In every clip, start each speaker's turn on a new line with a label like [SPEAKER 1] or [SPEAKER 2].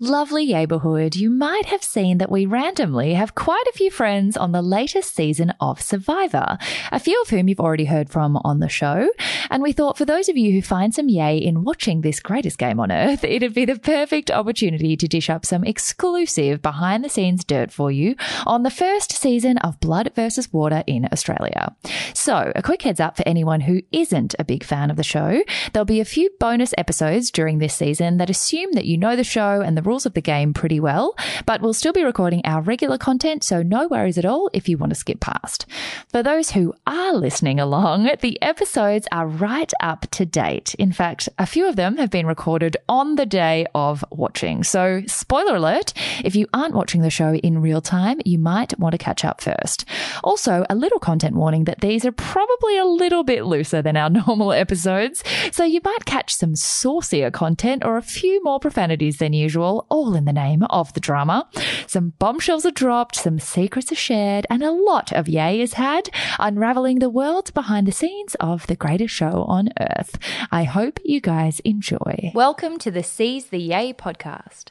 [SPEAKER 1] Lovely neighbourhood, you might have seen that we randomly have quite a few friends on the latest season of Survivor, a few of whom you've already heard from on the show. And we thought for those of you who find some yay in watching this greatest game on earth, it'd be the perfect opportunity to dish up some exclusive behind the scenes dirt for you on the first season of Blood versus Water in Australia. So, a quick heads up for anyone who isn't a big fan of the show, there'll be a few bonus episodes during this season that assume that you know the show and the rules of the game pretty well, but we'll still be recording our regular content, so no worries at all if you want to skip past. For those who are listening along, the episodes are right up to date. In fact, a few of them have been recorded on the day of watching. So, spoiler alert, if you aren't watching the show in real time, you might want to catch up first. Also, a little content warning that these are probably a little bit looser than our normal episodes, so you might catch some saucier content or a few more profanities than usual, all in the name of the drama. Some bombshells are dropped, some secrets are shared, and a lot of yay is had, unraveling the world behind the scenes of the greatest show on earth. I hope you guys enjoy.
[SPEAKER 2] Welcome to the Seize the Yay podcast.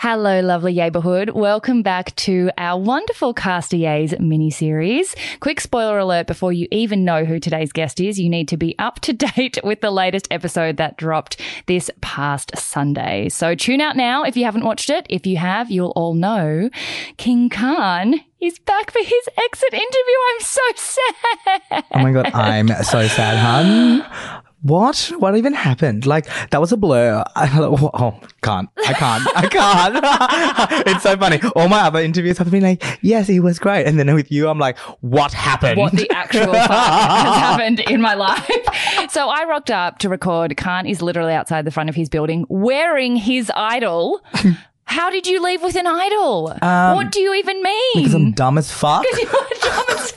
[SPEAKER 1] Hello, lovely neighborhood. Welcome back to our wonderful Caster Yays mini series. Quick spoiler alert before you even know who today's guest is, you need to be up to date with the latest episode that dropped this past Sunday. So tune out now if you haven't watched it. If you have, you'll all know King Khan is back for his exit interview. I'm so sad.
[SPEAKER 3] Oh my god, I'm so sad, hun. What? What even happened? Like that was a blur. I, oh, can't. I can't. I can't. it's so funny. All my other interviews have been like, yes, he was great, and then with you, I'm like, what happened?
[SPEAKER 1] what the actual fuck has happened in my life. So I rocked up to record. Khan is literally outside the front of his building wearing his idol. How did you leave with an idol? what do you even mean?
[SPEAKER 3] Um, Because I'm dumb as fuck.
[SPEAKER 1] dumb as fuck.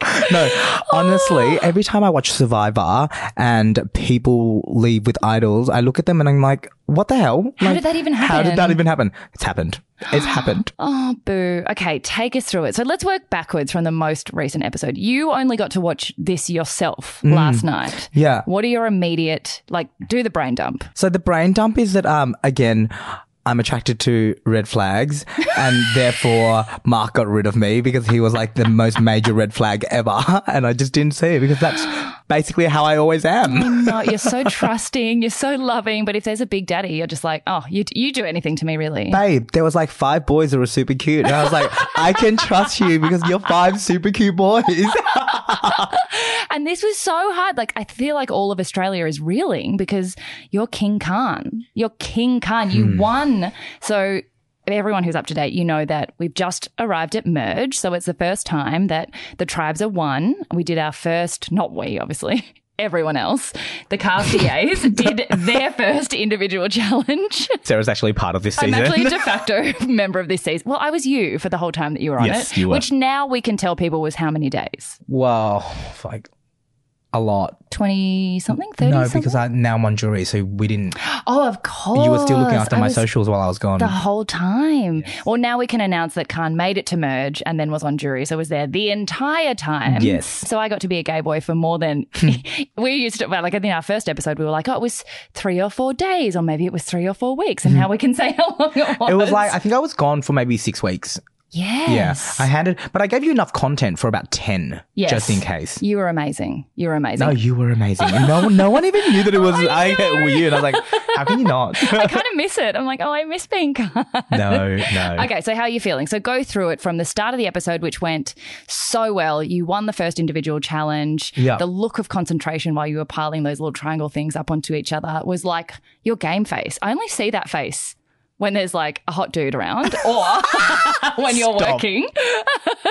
[SPEAKER 3] No, honestly,
[SPEAKER 1] Oh.
[SPEAKER 3] every time I watch Survivor and people leave with idols, I look at them and I'm like, what the hell?
[SPEAKER 1] How
[SPEAKER 3] Like,
[SPEAKER 1] did that even happen?
[SPEAKER 3] How did that even happen? It's happened. It's happened.
[SPEAKER 1] Oh, boo. Okay, take us through it. So let's work backwards from the most recent episode. You only got to watch this yourself last night.
[SPEAKER 3] Mm. Yeah.
[SPEAKER 1] What are your immediate, like, do the brain dump?
[SPEAKER 3] So the brain dump is that um again I'm attracted to red flags and therefore Mark got rid of me because he was like the most major red flag ever and I just didn't see it because that's basically how I always am.
[SPEAKER 1] No, you're so trusting, you're so loving, but if there's a big daddy, you're just like, oh, you, you do anything to me, really.
[SPEAKER 3] Babe, there was like five boys that were super cute and I was like, I can trust you because you're five super cute boys.
[SPEAKER 1] And this was so hard. Like, I feel like all of Australia is reeling because you're King Khan. You're King Khan. You won. So, everyone who's up to date, you know that we've just arrived at merge. So, it's the first time that the tribes are one. We did our first, not we, obviously. Everyone else, the Castiers, did their first individual challenge.
[SPEAKER 3] Sarah's actually part of this
[SPEAKER 1] I'm
[SPEAKER 3] season.
[SPEAKER 1] actually a de facto member of this season. Well, I was you for the whole time that you were on
[SPEAKER 3] Yes,
[SPEAKER 1] it,
[SPEAKER 3] you were.
[SPEAKER 1] which now we can tell people was how many days?
[SPEAKER 3] wow. Like a lot.
[SPEAKER 1] 20 something, 30
[SPEAKER 3] no,
[SPEAKER 1] something?
[SPEAKER 3] because I now I'm on jury, so we didn't
[SPEAKER 1] Oh, of course.
[SPEAKER 3] you were still looking after
[SPEAKER 1] I
[SPEAKER 3] my
[SPEAKER 1] was
[SPEAKER 3] socials while I was gone.
[SPEAKER 1] The whole time. Well, now we can announce that Khan made it to merge and then was on jury, so was there the entire time.
[SPEAKER 3] Yes. Hmm.
[SPEAKER 1] So I got to be a gay boy for more than we used to. Well, like in our first episode, we were like, oh, it was three or four days, or maybe it was three or four weeks, and now we can say how long it was.
[SPEAKER 3] Hmm. It was like I think I was gone for maybe six weeks.
[SPEAKER 1] yes,
[SPEAKER 3] Yeah, I handed, but I gave you enough content for about ten,
[SPEAKER 1] Yes.
[SPEAKER 3] just in case.
[SPEAKER 1] you were amazing. You were amazing.
[SPEAKER 3] No, you were amazing. And no, no one even knew that it was I, weird. I was like, how can you not?
[SPEAKER 1] I kind of miss it. I'm like, oh, I miss being Khan.
[SPEAKER 3] no, no.
[SPEAKER 1] Okay, so how are you feeling? So go through it from the start of the episode, which went so well. You won the first individual challenge.
[SPEAKER 3] Yeah.
[SPEAKER 1] The look of concentration while you were piling those little triangle things up onto each other was like your game face. I only see that face when there's like a hot dude around or when you're
[SPEAKER 3] Stop.
[SPEAKER 1] working.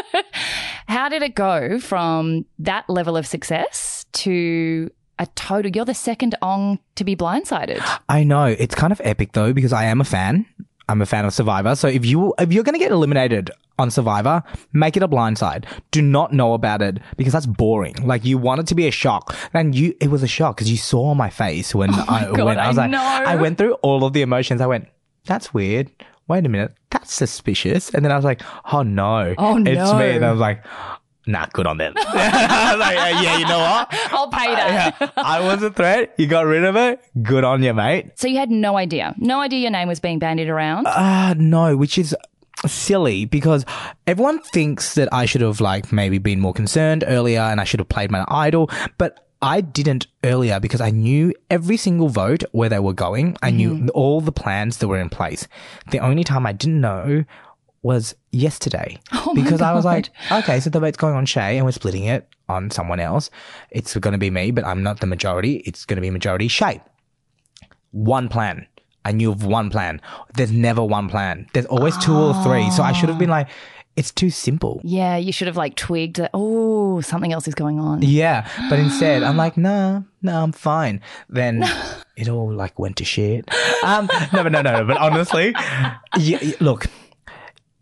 [SPEAKER 1] How did it go from that level of success to a total? You're the second Ong to be blindsided.
[SPEAKER 3] I know it's kind of epic though because I am a fan. I'm a fan of Survivor. So if you if you're gonna get eliminated on Survivor, make it a blindside. Do not know about it because that's boring. Like you want it to be a shock, and you it was a shock because you saw my face when I
[SPEAKER 1] Oh God,
[SPEAKER 3] when I was
[SPEAKER 1] I
[SPEAKER 3] like
[SPEAKER 1] know.
[SPEAKER 3] I went through all of the emotions. I went, that's weird. Wait a minute, that's suspicious. And then I was like, oh no,
[SPEAKER 1] Oh,
[SPEAKER 3] it's
[SPEAKER 1] no.
[SPEAKER 3] me. And I was like, nah, good on them. I was like, yeah, yeah, you know what?
[SPEAKER 1] I'll pay that.
[SPEAKER 3] Yeah, I was a threat. You got rid of it. Good on you, mate.
[SPEAKER 1] So you had no idea, no idea your name was being bandied around.
[SPEAKER 3] Uh, no, which is silly because everyone thinks that I should have like maybe been more concerned earlier and I should have played my idol, but I didn't earlier because I knew every single vote where they were going. I knew all the plans that were in place. The only time I didn't know was yesterday because I was like, okay, so the vote's going on Shay and we're splitting it on someone else. It's going to be me, but I'm not the majority. It's going to be majority Shay one plan. I knew of one plan. There's never one plan. There's always two or three. So I should have been like, it's too simple.
[SPEAKER 1] yeah, you should have like twigged that. Oh, something else is going on.
[SPEAKER 3] Yeah. But instead, I'm like, nah, nah, I'm fine. Then it all like went to shit. Um, no, but no, no, no. But honestly, yeah, yeah, look,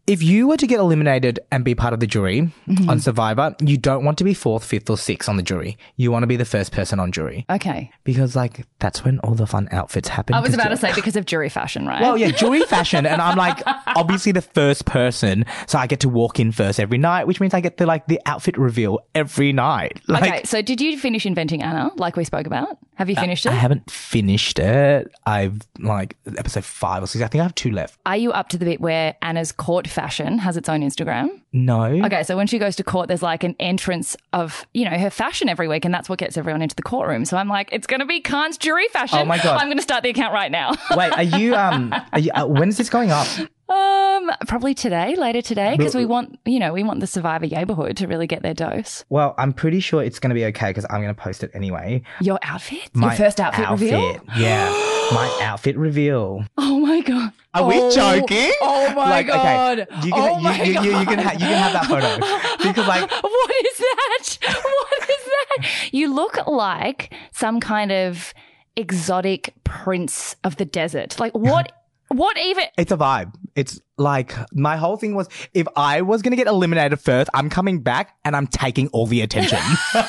[SPEAKER 3] if you were to get eliminated and be part of the jury
[SPEAKER 1] Mm-hmm.
[SPEAKER 3] on Survivor, you don't want to be fourth, fifth, or sixth on the jury. You want to be the first person on jury
[SPEAKER 1] Okay,
[SPEAKER 3] because like that's when all the fun outfits happen.
[SPEAKER 1] I was
[SPEAKER 3] 'cause
[SPEAKER 1] about
[SPEAKER 3] you're-
[SPEAKER 1] to say because of jury fashion, right?
[SPEAKER 3] Well, Oh, yeah, jewelry fashion. And I'm like, obviously the first person. So I get to walk in first every night, which means I get the like the outfit reveal every night. Like, Uh,
[SPEAKER 1] okay, so did you finish inventing Anna, like we spoke about? Have you finished
[SPEAKER 3] I
[SPEAKER 1] it?
[SPEAKER 3] haven't finished it. I've like episode five or six. I think I have two left.
[SPEAKER 1] Are you up to the bit where Anna's court fashion has its own Instagram?
[SPEAKER 3] No.
[SPEAKER 1] Okay, so when she goes to court, there's like an entrance of, you know, her fashion every week, and that's what gets everyone into the courtroom. So I'm like, it's going to be Khan's jury fashion.
[SPEAKER 3] Oh my God.
[SPEAKER 1] I'm going to start the account right now.
[SPEAKER 3] Wait, are you um? Are you, uh, when is this going up?
[SPEAKER 1] um, probably today, later today, because we want, you know, we want the survivor neighborhood to really get their dose.
[SPEAKER 3] Well, I'm pretty sure it's going to be okay because I'm going to post it anyway.
[SPEAKER 1] Your outfit,
[SPEAKER 3] My
[SPEAKER 1] your first outfit, reveal.
[SPEAKER 3] Yeah, my outfit reveal.
[SPEAKER 1] Oh my god.
[SPEAKER 3] Are
[SPEAKER 1] Oh,
[SPEAKER 3] we joking?
[SPEAKER 1] Oh my
[SPEAKER 3] Like, okay,
[SPEAKER 1] god.
[SPEAKER 3] you can,
[SPEAKER 1] oh
[SPEAKER 3] you,
[SPEAKER 1] my
[SPEAKER 3] you,
[SPEAKER 1] god.
[SPEAKER 3] You, you can ha- you can have that photo because like
[SPEAKER 1] what is that? What is that? You look like some kind of exotic prince of the desert. Like what? What even?
[SPEAKER 3] It's a vibe. It's like my whole thing was if I was gonna get eliminated first, I'm coming back and I'm taking all the attention.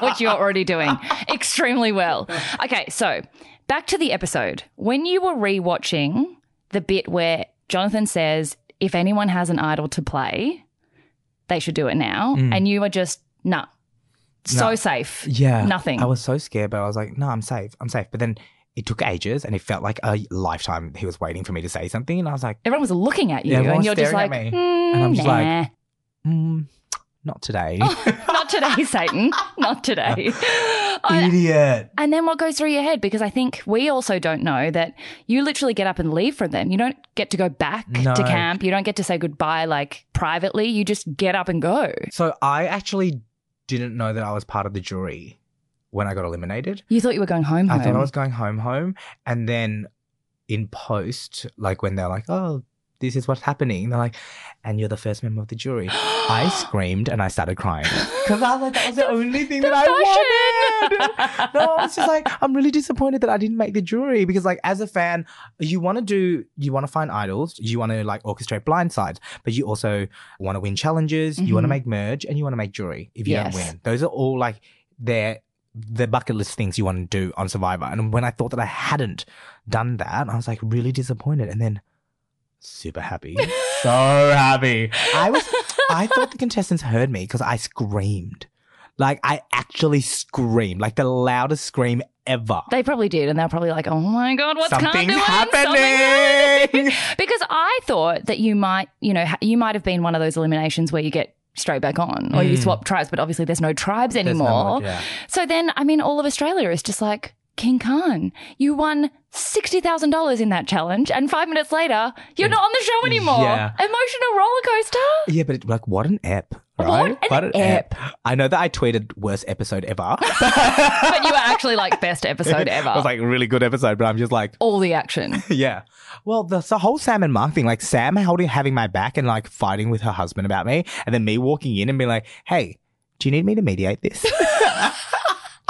[SPEAKER 1] What you're already doing extremely well. Okay, so back to the episode. When you were rewatching the bit where Jonathan says, "If anyone has an idol to play, they should do it now," and you were just nah, so
[SPEAKER 3] Mm. Nah.
[SPEAKER 1] safe.
[SPEAKER 3] yeah.
[SPEAKER 1] Nothing.
[SPEAKER 3] I was so scared, but I was like, no, I'm safe. I'm safe. But then it took ages and it felt like a lifetime he was waiting for me to say something. And I was like,
[SPEAKER 1] Everyone was looking at you,
[SPEAKER 3] Yeah, everyone
[SPEAKER 1] and
[SPEAKER 3] was
[SPEAKER 1] you're just
[SPEAKER 3] staring
[SPEAKER 1] like,
[SPEAKER 3] at me.
[SPEAKER 1] "Mm,
[SPEAKER 3] And I'm just
[SPEAKER 1] nah.
[SPEAKER 3] like, mm, not today.
[SPEAKER 1] not today, Satan. Not today. I-
[SPEAKER 3] Idiot.
[SPEAKER 1] and then what goes through your head? Because I think we also don't know that you literally get up and leave from them. You don't get to go back
[SPEAKER 3] No.
[SPEAKER 1] to camp. You don't get to say goodbye like privately. You just get up and go.
[SPEAKER 3] So I actually didn't know that I was part of the jury when I got eliminated.
[SPEAKER 1] You thought you were going home.
[SPEAKER 3] I
[SPEAKER 1] home.
[SPEAKER 3] thought I was going home, home, and then in post, like when they're like, "Oh, this is what's happening," they're like, "And you're the first member of the jury." I screamed and I started crying because I was like, "That was the only thing that I wanted." no, I was just like, "I'm really disappointed that I didn't make the jury," because like as a fan, you want to do, you want to find idols, you want to like orchestrate blindsides, but you also want to win challenges, you want to
[SPEAKER 1] Mhm.
[SPEAKER 3] make merge, and you want to make jury. If you
[SPEAKER 1] Yes.
[SPEAKER 3] don't win, those are all like their the bucket list things you want to do on Survivor. And when I thought that I hadn't done that, I was like really disappointed. And then super happy. so happy. I was I thought the contestants heard me because I screamed. Like I actually screamed, like the loudest scream ever.
[SPEAKER 1] They probably did, and they're probably like, "Oh my god, what's Khan
[SPEAKER 3] Something's
[SPEAKER 1] doing? Something
[SPEAKER 3] happening.
[SPEAKER 1] Because I thought that you might, you know, ha- you might have been one of those eliminations where you get straight back on or you
[SPEAKER 3] Mm.
[SPEAKER 1] swap tribes, but obviously there's no tribes
[SPEAKER 3] There's no
[SPEAKER 1] anymore.
[SPEAKER 3] more- yeah.
[SPEAKER 1] So then, I mean, all of Australia is just like, King Khan, you won $60,000 in that challenge. And five minutes later, you're not on the show anymore.
[SPEAKER 3] Yeah.
[SPEAKER 1] Emotional roller coaster.
[SPEAKER 3] Yeah, but it, like, what an ep,
[SPEAKER 1] What
[SPEAKER 3] right?
[SPEAKER 1] an ep.
[SPEAKER 3] I know that I tweeted worst episode ever.
[SPEAKER 1] But you were actually like, best episode ever.
[SPEAKER 3] It was like a really good episode, but I'm just like,
[SPEAKER 1] All the action.
[SPEAKER 3] yeah. Well, the, the whole Sam and Mark thing, like Sam holding having my back and like fighting with her husband about me, and then me walking in and being like, "Hey, do you need me to mediate this?"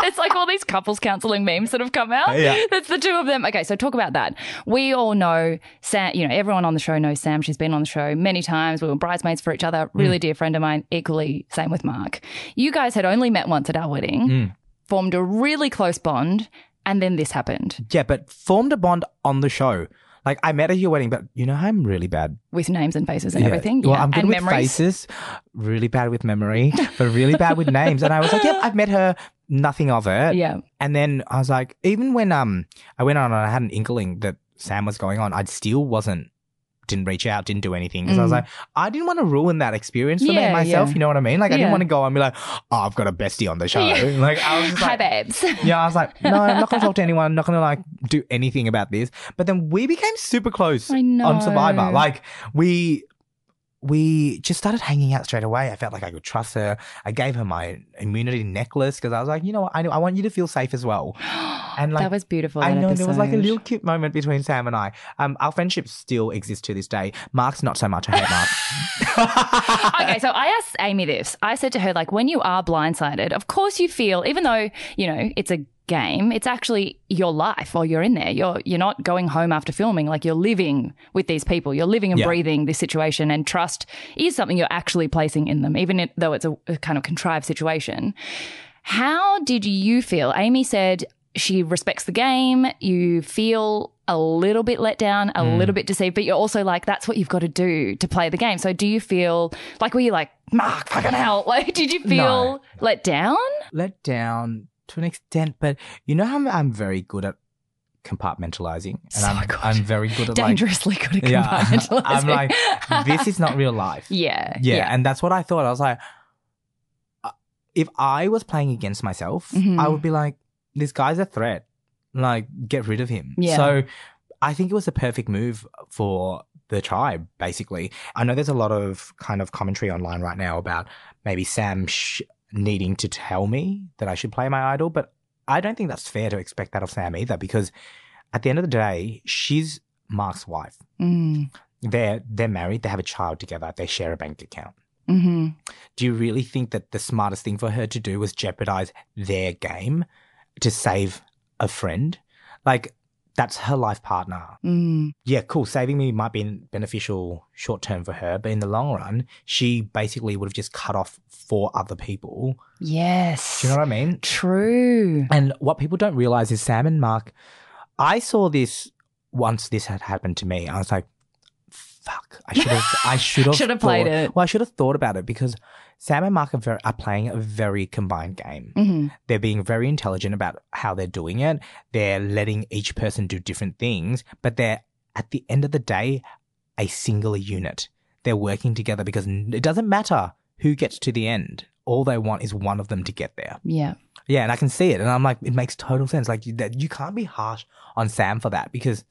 [SPEAKER 1] It's like all these couples counseling memes that have come out.
[SPEAKER 3] Yeah.
[SPEAKER 1] That's the two of them. Okay, so talk about that. We all know Sam, you know, everyone on the show knows Sam. She's been on the show many times. We were bridesmaids for each
[SPEAKER 3] Mm.
[SPEAKER 1] other. Really dear friend of mine. Equally, same with Mark. You guys had only met once at our wedding,
[SPEAKER 3] Mm.
[SPEAKER 1] formed a really close bond, and then this happened
[SPEAKER 3] yeah, but formed a bond on the show. Like I met at your wedding, but you know I'm really bad.
[SPEAKER 1] with names and faces and
[SPEAKER 3] Yeah.
[SPEAKER 1] everything.
[SPEAKER 3] Well,
[SPEAKER 1] Yeah.
[SPEAKER 3] I'm good
[SPEAKER 1] and
[SPEAKER 3] with faces, really bad with memory, but really bad with names. And I was like, "Yep, I've met her." Nothing of it.
[SPEAKER 1] Yeah.
[SPEAKER 3] And then I was like, even when um I went on and I had an inkling that Sam was going on, I still wasn't didn't reach out, didn't do anything because I was
[SPEAKER 1] Mm.
[SPEAKER 3] like, I didn't want to ruin that experience for
[SPEAKER 1] Yeah,
[SPEAKER 3] me myself.
[SPEAKER 1] yeah.
[SPEAKER 3] You know what I mean? Like I
[SPEAKER 1] Yeah.
[SPEAKER 3] didn't want to go and be like, oh, I've got a bestie on the show.
[SPEAKER 1] Yeah.
[SPEAKER 3] Like I was just
[SPEAKER 1] Hi,
[SPEAKER 3] like,
[SPEAKER 1] babes.
[SPEAKER 3] yeah, I was like, no, I'm not gonna talk to anyone. I'm not gonna like do anything about this. But then we became super close
[SPEAKER 1] I know.
[SPEAKER 3] on Survivor. Like we we just started hanging out straight away. I felt like I could trust her. I gave her my immunity necklace because I was like, you know what, I know I want you to feel safe as well. And like
[SPEAKER 1] that was beautiful.
[SPEAKER 3] I
[SPEAKER 1] that
[SPEAKER 3] know there was like a
[SPEAKER 1] episode.
[SPEAKER 3] little cute moment between Sam and I. Um, our friendship still exists to this day. Mark's not so much. I hate Mark.
[SPEAKER 1] okay, so I asked Amy this. I said to her, like, when you are blindsided, of course you feel, even though, you know, it's a game, it's actually your life while you're in there. You're you're not going home after filming. Like you're living with these people. You're living and
[SPEAKER 3] Yeah.
[SPEAKER 1] breathing this situation and trust is something you're actually placing in them, even if- though it's a, a kind of contrived situation. How did you feel? Amy said she respects the game. You feel a little bit let down, a
[SPEAKER 3] Mm.
[SPEAKER 1] little bit deceived, but you're also like, that's what you've got to do to play the game. So do you feel like, were you like, Mark, fucking hell? Like, did you feel
[SPEAKER 3] No.
[SPEAKER 1] let down?
[SPEAKER 3] Let down to an extent, but you know how I'm, I'm very good at compartmentalizing, and
[SPEAKER 1] So
[SPEAKER 3] I'm
[SPEAKER 1] good.
[SPEAKER 3] I'm very good at like
[SPEAKER 1] Dangerously good at
[SPEAKER 3] yeah.
[SPEAKER 1] compartmentalizing.
[SPEAKER 3] I'm like this is not real life.
[SPEAKER 1] yeah,
[SPEAKER 3] yeah, and that's what I thought. I was like, uh, if I was playing against myself,
[SPEAKER 1] Mhm.
[SPEAKER 3] I would be like, this guy's a threat. Like, get rid of him.
[SPEAKER 1] Yeah.
[SPEAKER 3] So I think it was the perfect move for the tribe, basically. I know there's a lot of kind of commentary online right now about maybe Sam sh- needing to tell me that I should play my idol, but I don't think that's fair to expect that of Sam either because at the end of the day, she's Mark's wife.
[SPEAKER 1] Mm,
[SPEAKER 3] They're, they're married, they have a child together, they share a bank account
[SPEAKER 1] hmm
[SPEAKER 3] do you really think that the smartest thing for her to do was jeopardize their game to save a friend? Like, that's her life partner.
[SPEAKER 1] mm,
[SPEAKER 3] Yeah, cool. Saving me might be beneficial short term for her, but in the long run, she basically would have just cut off four other people.
[SPEAKER 1] Yes.
[SPEAKER 3] Do you know what I mean?
[SPEAKER 1] True.
[SPEAKER 3] And what people don't realize is Sam and Mark, I saw this once this had happened to me. I was like, fuck, I should have, I should have,
[SPEAKER 1] Should have played
[SPEAKER 3] thought-
[SPEAKER 1] it.
[SPEAKER 3] Well, I should have thought about it because Sam and Mark are, very, are playing a very combined game.
[SPEAKER 1] hmm
[SPEAKER 3] They're being very intelligent about how they're doing it. They're letting each person do different things, but they're at the end of the day a singular unit. They're working together because n- it doesn't matter who gets to the end. All they want is one of them to get there.
[SPEAKER 1] Yeah.
[SPEAKER 3] Yeah, and I can see it, and I'm like, it makes total sense. Like you- that, you can't be harsh on Sam for that because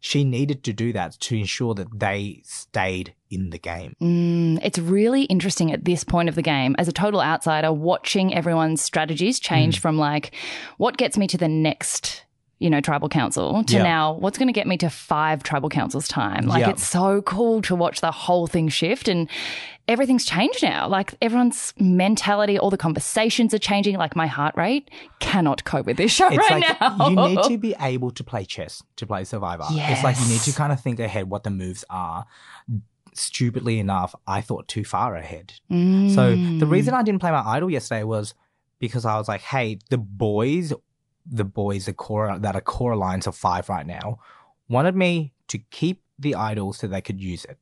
[SPEAKER 3] she needed to do that to ensure that they stayed in the game.
[SPEAKER 1] Mm, it's really interesting at this point of the game, as a total outsider, watching everyone's strategies
[SPEAKER 3] Mm.
[SPEAKER 1] change from like, what gets me to the next, you know, tribal council to
[SPEAKER 3] Yeah.
[SPEAKER 1] now, what's going to get me to five tribal councils time? Like,
[SPEAKER 3] Yeah.
[SPEAKER 1] it's so cool to watch the whole thing shift and everything's changed now. Like, everyone's mentality, all the conversations are changing. Like, my heart rate cannot cope with this show
[SPEAKER 3] It's
[SPEAKER 1] right
[SPEAKER 3] like
[SPEAKER 1] now.
[SPEAKER 3] you need to be able to play chess to play Survivor. It's like you need to
[SPEAKER 1] Yes.
[SPEAKER 3] kind of think ahead what the moves are. Stupidly enough, I thought too far ahead. So the
[SPEAKER 1] Mm.
[SPEAKER 3] reason I didn't play my idol yesterday was because I was like, hey, the boys, the boys, the core that are core alliance of five right now, wanted me to keep the idol so they could use it.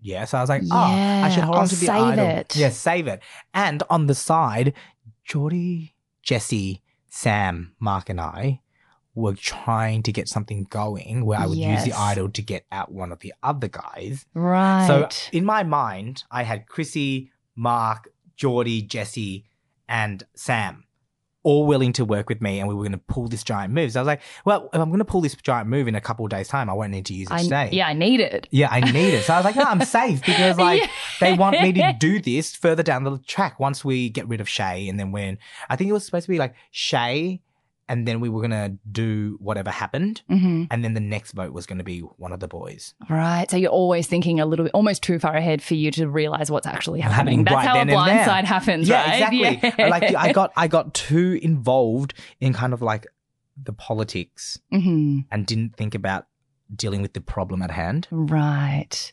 [SPEAKER 3] Yeah, so I was like, oh, I should
[SPEAKER 1] Yeah,
[SPEAKER 3] hold
[SPEAKER 1] I'll
[SPEAKER 3] on to the
[SPEAKER 1] save
[SPEAKER 3] idol.
[SPEAKER 1] it.
[SPEAKER 3] Yeah, save it. And on the side, Geordie, Jesse, Sam, Mark, and I were trying to get something going where I would use
[SPEAKER 1] Yes.
[SPEAKER 3] the idol to get out one of the other guys.
[SPEAKER 1] Right.
[SPEAKER 3] So in my mind, I had Chrissy, Mark, Geordie, Jesse, and Sam all willing to work with me and we were going to pull this giant move. So I was like, well, if I'm going to pull this giant move in a couple of days' time, I won't need to use it
[SPEAKER 1] I,
[SPEAKER 3] today.
[SPEAKER 1] yeah, I need it.
[SPEAKER 3] Yeah, I need it. So I was like, no, I'm safe because like
[SPEAKER 1] Yeah.
[SPEAKER 3] they want me to do this further down the track once we get rid of Shay and then when I think it was supposed to be like Shay and then we were gonna do whatever happened.
[SPEAKER 1] Mm-hmm.
[SPEAKER 3] And then the next vote was gonna be one of the boys.
[SPEAKER 1] Right. So you're always thinking a little bit, almost too far ahead for you to realize what's actually happening.
[SPEAKER 3] Happening
[SPEAKER 1] That's
[SPEAKER 3] right
[SPEAKER 1] how a
[SPEAKER 3] then and
[SPEAKER 1] blind
[SPEAKER 3] there.
[SPEAKER 1] side happens,
[SPEAKER 3] yeah,
[SPEAKER 1] right?
[SPEAKER 3] exactly.
[SPEAKER 1] Yeah.
[SPEAKER 3] Like I got I got too involved in kind of like the politics
[SPEAKER 1] hmm
[SPEAKER 3] and didn't think about dealing with the problem at hand.
[SPEAKER 1] Right.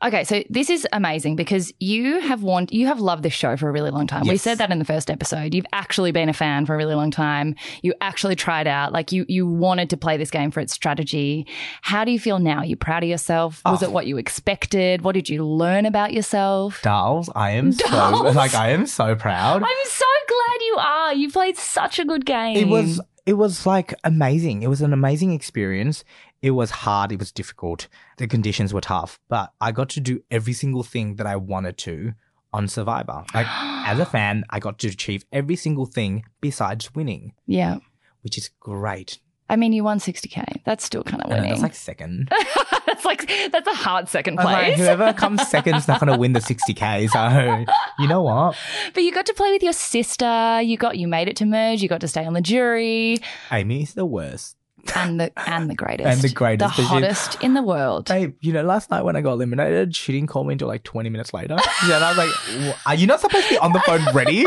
[SPEAKER 1] Okay, so this is amazing because you have want you have loved this show for a really long time. We
[SPEAKER 3] Yes.
[SPEAKER 1] said that in the first episode. You've actually been a fan for a really long time. You actually tried out, like you you wanted to play this game for its strategy. How do you feel now? Are you proud of yourself? Was
[SPEAKER 3] Oh.
[SPEAKER 1] it what you expected? What did you learn about yourself?
[SPEAKER 3] Darls, I am so
[SPEAKER 1] Darls.
[SPEAKER 3] like I am so proud.
[SPEAKER 1] I'm so glad you are. You played such a good game.
[SPEAKER 3] It was it was like amazing. It was an amazing experience. It was hard, it was difficult. The conditions were tough, but I got to do every single thing that I wanted to on Survivor. Like as a fan, I got to achieve every single thing besides winning,
[SPEAKER 1] Yeah.
[SPEAKER 3] which is great.
[SPEAKER 1] I mean, you won 60k. That's still kind of
[SPEAKER 3] And
[SPEAKER 1] winning.
[SPEAKER 3] that's like second.
[SPEAKER 1] that's like that's a hard second
[SPEAKER 3] I'm like,
[SPEAKER 1] place.
[SPEAKER 3] whoever comes second's not going to win the 60k. So, you know what?
[SPEAKER 1] But you got to play with your sister. You got you made it to merge. You got to stay on the jury,
[SPEAKER 3] Amy is the worst.
[SPEAKER 1] and the and the greatest,
[SPEAKER 3] And the greatest,
[SPEAKER 1] the
[SPEAKER 3] but she-
[SPEAKER 1] hottest in the world.
[SPEAKER 3] Babe, you know, last night when I got eliminated, she didn't call me until like 20 minutes later. Yeah, and I was like, "Wha- are you not supposed to be on the phone ready?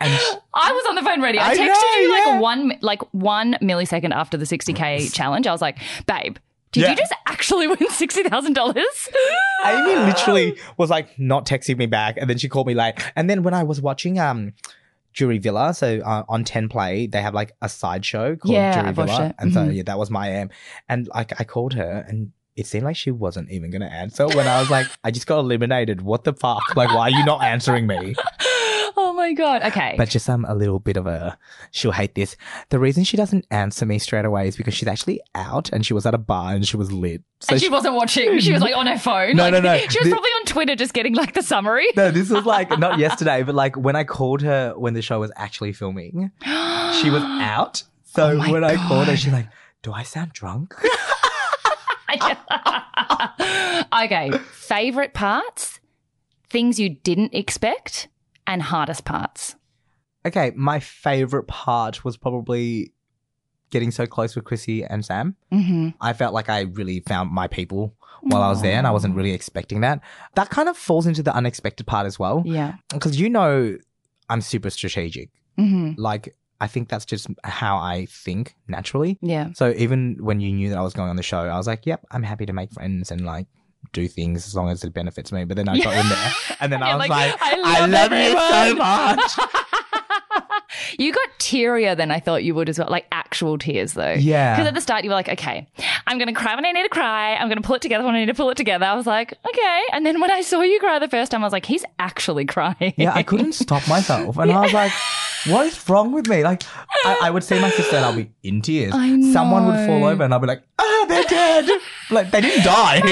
[SPEAKER 3] And she-
[SPEAKER 1] I was on the phone ready. I,
[SPEAKER 3] I
[SPEAKER 1] texted
[SPEAKER 3] know,
[SPEAKER 1] you
[SPEAKER 3] yeah.
[SPEAKER 1] like one like one millisecond after the 60k challenge. I was like, babe, did
[SPEAKER 3] Yeah.
[SPEAKER 1] you just actually win sixty thousand dollars?
[SPEAKER 3] Amy literally was like not texting me back, and then she called me late. And then when I was watching um Jury Villa, so uh, on Ten Play, they have like a sideshow called
[SPEAKER 1] Yeah,
[SPEAKER 3] Jury
[SPEAKER 1] I've watched
[SPEAKER 3] Villa,
[SPEAKER 1] it.
[SPEAKER 3] and so
[SPEAKER 1] Mhm.
[SPEAKER 3] yeah, that was my aim. And like I called her, and it seemed like she wasn't even gonna answer. When I was like, I just got eliminated. What the fuck? Like, why are you not answering me?
[SPEAKER 1] Oh my god. Okay.
[SPEAKER 3] But just um, a little bit of a, she'll hate this. The reason she doesn't answer me straight away is because she's actually out and she was at a bar and she was lit. So
[SPEAKER 1] and she, wasn't watching. She was like on her phone.
[SPEAKER 3] No,
[SPEAKER 1] Like,
[SPEAKER 3] no, no.
[SPEAKER 1] She was
[SPEAKER 3] The-
[SPEAKER 1] probably on Twitter just getting like the summary.
[SPEAKER 3] No, this was like not yesterday, but like when I called her when the show was actually filming, she was out. So
[SPEAKER 1] Oh my
[SPEAKER 3] when I called her,
[SPEAKER 1] God.
[SPEAKER 3] she's like, Do I sound drunk?
[SPEAKER 1] okay. Favorite parts, things you didn't expect, and hardest parts.
[SPEAKER 3] okay, my favorite part was probably getting so close with Chrissy and Sam.
[SPEAKER 1] Mm-hmm.
[SPEAKER 3] I felt like I really found my people while I was there and I wasn't really expecting that. That kind of falls into the unexpected part as well.
[SPEAKER 1] Yeah.
[SPEAKER 3] Because you know, I'm super strategic.
[SPEAKER 1] Mm-hmm.
[SPEAKER 3] Like, I think that's just how I think naturally.
[SPEAKER 1] Yeah.
[SPEAKER 3] So even when you knew that I was going on the show, I was like, "Yep, I'm happy to make friends and like do things as long as it benefits me." But then I got in there, and then I
[SPEAKER 1] You're
[SPEAKER 3] was
[SPEAKER 1] like,
[SPEAKER 3] like,
[SPEAKER 1] "I
[SPEAKER 3] "I
[SPEAKER 1] love
[SPEAKER 3] love you so much."
[SPEAKER 1] you got tearier than I thought you would as well, like actual tears though.
[SPEAKER 3] Yeah.
[SPEAKER 1] Because at the start you were like, okay, I'm going to cry when I need to cry. I'm going to pull it together when I need to pull it together. I was like, okay. And then when I saw you cry the first time, I was like, he's actually crying.
[SPEAKER 3] yeah, I couldn't stop myself, and I was like, "What is wrong with me?" Like, I, I would see my sister, and I'll be in tears.
[SPEAKER 1] I
[SPEAKER 3] Someone would fall
[SPEAKER 1] know.
[SPEAKER 3] over, and I'll be like, "Ah, they're dead!" like they didn't die.
[SPEAKER 1] My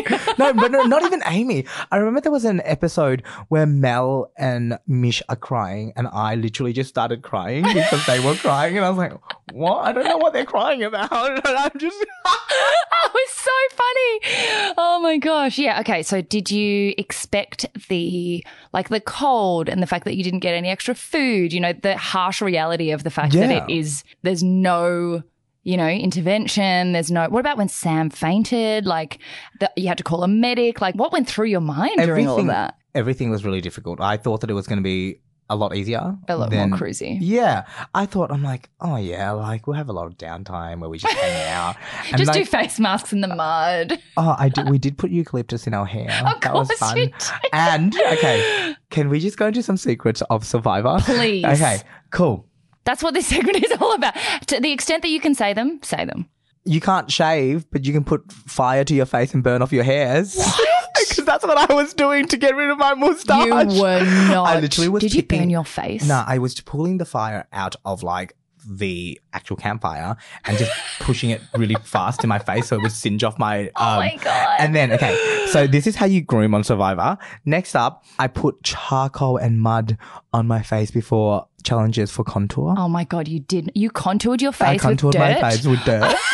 [SPEAKER 1] family.
[SPEAKER 3] no, but no, not even Amy. I remember there was an episode where Mel and Mish are crying, and I literally just started crying because they were crying, and I was like, "What? I don't know what they're crying about." And I'm just
[SPEAKER 1] that was Oh, so funny. Oh my gosh. Yeah. Okay. So did you expect the like the cold and the fact that you didn't get any extra food, you know, the harsh reality of the fact
[SPEAKER 3] Yeah.
[SPEAKER 1] that it is there's no you know, intervention. There's no. What about when Sam fainted? Like, the, you had to call a medic. Like, what went through your mind during all of
[SPEAKER 3] Everything-
[SPEAKER 1] that?
[SPEAKER 3] everything was really difficult. I thought that it was going to be a lot easier,
[SPEAKER 1] A lot
[SPEAKER 3] than-
[SPEAKER 1] more cruisy.
[SPEAKER 3] Yeah, I thought I'm like, oh yeah, like we'll have a lot of downtime where we just hang out. And
[SPEAKER 1] Just do
[SPEAKER 3] like,
[SPEAKER 1] face masks in the mud.
[SPEAKER 3] oh, I did. We did put eucalyptus in our hair.
[SPEAKER 1] Of
[SPEAKER 3] that
[SPEAKER 1] course,
[SPEAKER 3] was fun.
[SPEAKER 1] you do.
[SPEAKER 3] And okay, can we just go into some secrets of Survivor?
[SPEAKER 1] Please.
[SPEAKER 3] Okay, cool.
[SPEAKER 1] That's what this segment is all about. To the extent that you can say them, say them.
[SPEAKER 3] You can't shave, but you can put fire to your face and burn off your hairs. Because that's what I was doing to get rid of my mustache.
[SPEAKER 1] You were not.
[SPEAKER 3] I literally was
[SPEAKER 1] Did you
[SPEAKER 3] picking-
[SPEAKER 1] burn your face?
[SPEAKER 3] No, I was pulling the fire out of like the actual campfire and just pushing it really fast in my face so it would singe off my. Um,
[SPEAKER 1] Oh my God.
[SPEAKER 3] And then okay, so this is how you groom on Survivor. Next up, I put charcoal and mud on my face before challenges for contour.
[SPEAKER 1] Oh my god, you did you contoured your face
[SPEAKER 3] I contoured
[SPEAKER 1] with dirt.
[SPEAKER 3] my face with dirt.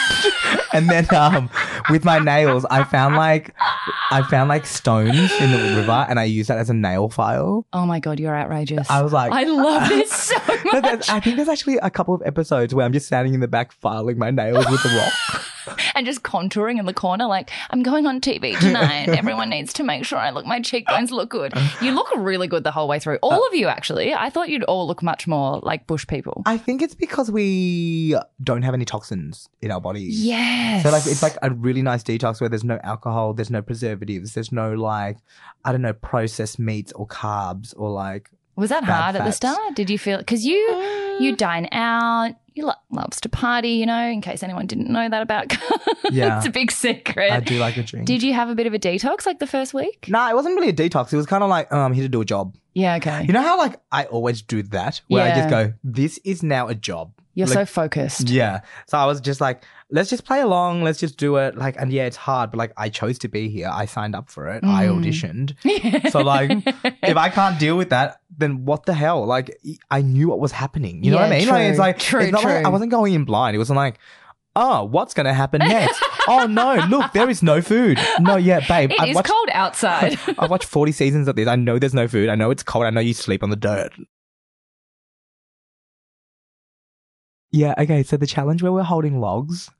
[SPEAKER 3] and then um, with my nails, I found like I found like stones in the river, and I used that as a nail file.
[SPEAKER 1] Oh my god, you're outrageous.
[SPEAKER 3] I was like,
[SPEAKER 1] I love this so
[SPEAKER 3] No,
[SPEAKER 1] much.
[SPEAKER 3] there's- I think there's actually a couple of episodes where I'm just standing in the back filing my nails with the rock.
[SPEAKER 1] and just contouring in the corner, like, I'm going on TV tonight. Everyone needs to make sure I look, my cheekbones look good. You look really good the whole way through. All of you, actually. I thought you'd all look much more like bush people.
[SPEAKER 3] Uh, I think it's because we don't have any toxins in our bodies.
[SPEAKER 1] Yes.
[SPEAKER 3] So like it's like a really nice detox where there's no alcohol, there's no preservatives, there's no like I don't know processed meats or carbs or like
[SPEAKER 1] was that
[SPEAKER 3] bad Uh,
[SPEAKER 1] hard at the
[SPEAKER 3] fats.
[SPEAKER 1] start? Did you feel, because you, you dine out, you lo- loves to party, you know, in case anyone didn't know that about
[SPEAKER 3] Yeah.
[SPEAKER 1] it's a big
[SPEAKER 3] I
[SPEAKER 1] secret.
[SPEAKER 3] do like a drink.
[SPEAKER 1] Did you have a bit of a detox like the first week?
[SPEAKER 3] Nah, it wasn't really a detox. It was kind of like oh, I'm here to do a job.
[SPEAKER 1] Yeah, okay.
[SPEAKER 3] You know how like I always do that where I
[SPEAKER 1] Yeah.
[SPEAKER 3] just go this is now a job.
[SPEAKER 1] You're
[SPEAKER 3] like-
[SPEAKER 1] so focused.
[SPEAKER 3] Yeah. So I was just like, let's just play along, let's just do it. Like, and yeah, it's hard, but like I chose to be here. I signed up for it. I
[SPEAKER 1] Mm.
[SPEAKER 3] auditioned. So like, if I can't deal with that, then what the hell? Like, I knew what was happening. You know what I
[SPEAKER 1] Yeah,
[SPEAKER 3] mean? Like, it's
[SPEAKER 1] true. True,
[SPEAKER 3] like it's not like
[SPEAKER 1] true.
[SPEAKER 3] I wasn't going in blind. It wasn't like, oh, what's gonna happen next? oh no, look, there is no food. No, yeah, babe.
[SPEAKER 1] It
[SPEAKER 3] I've
[SPEAKER 1] is
[SPEAKER 3] watched-
[SPEAKER 1] cold outside.
[SPEAKER 3] I've watched 40 seasons of this. I know there's no food. I know it's cold. I know you sleep on the dirt. Yeah, okay. So the challenge where we're holding logs.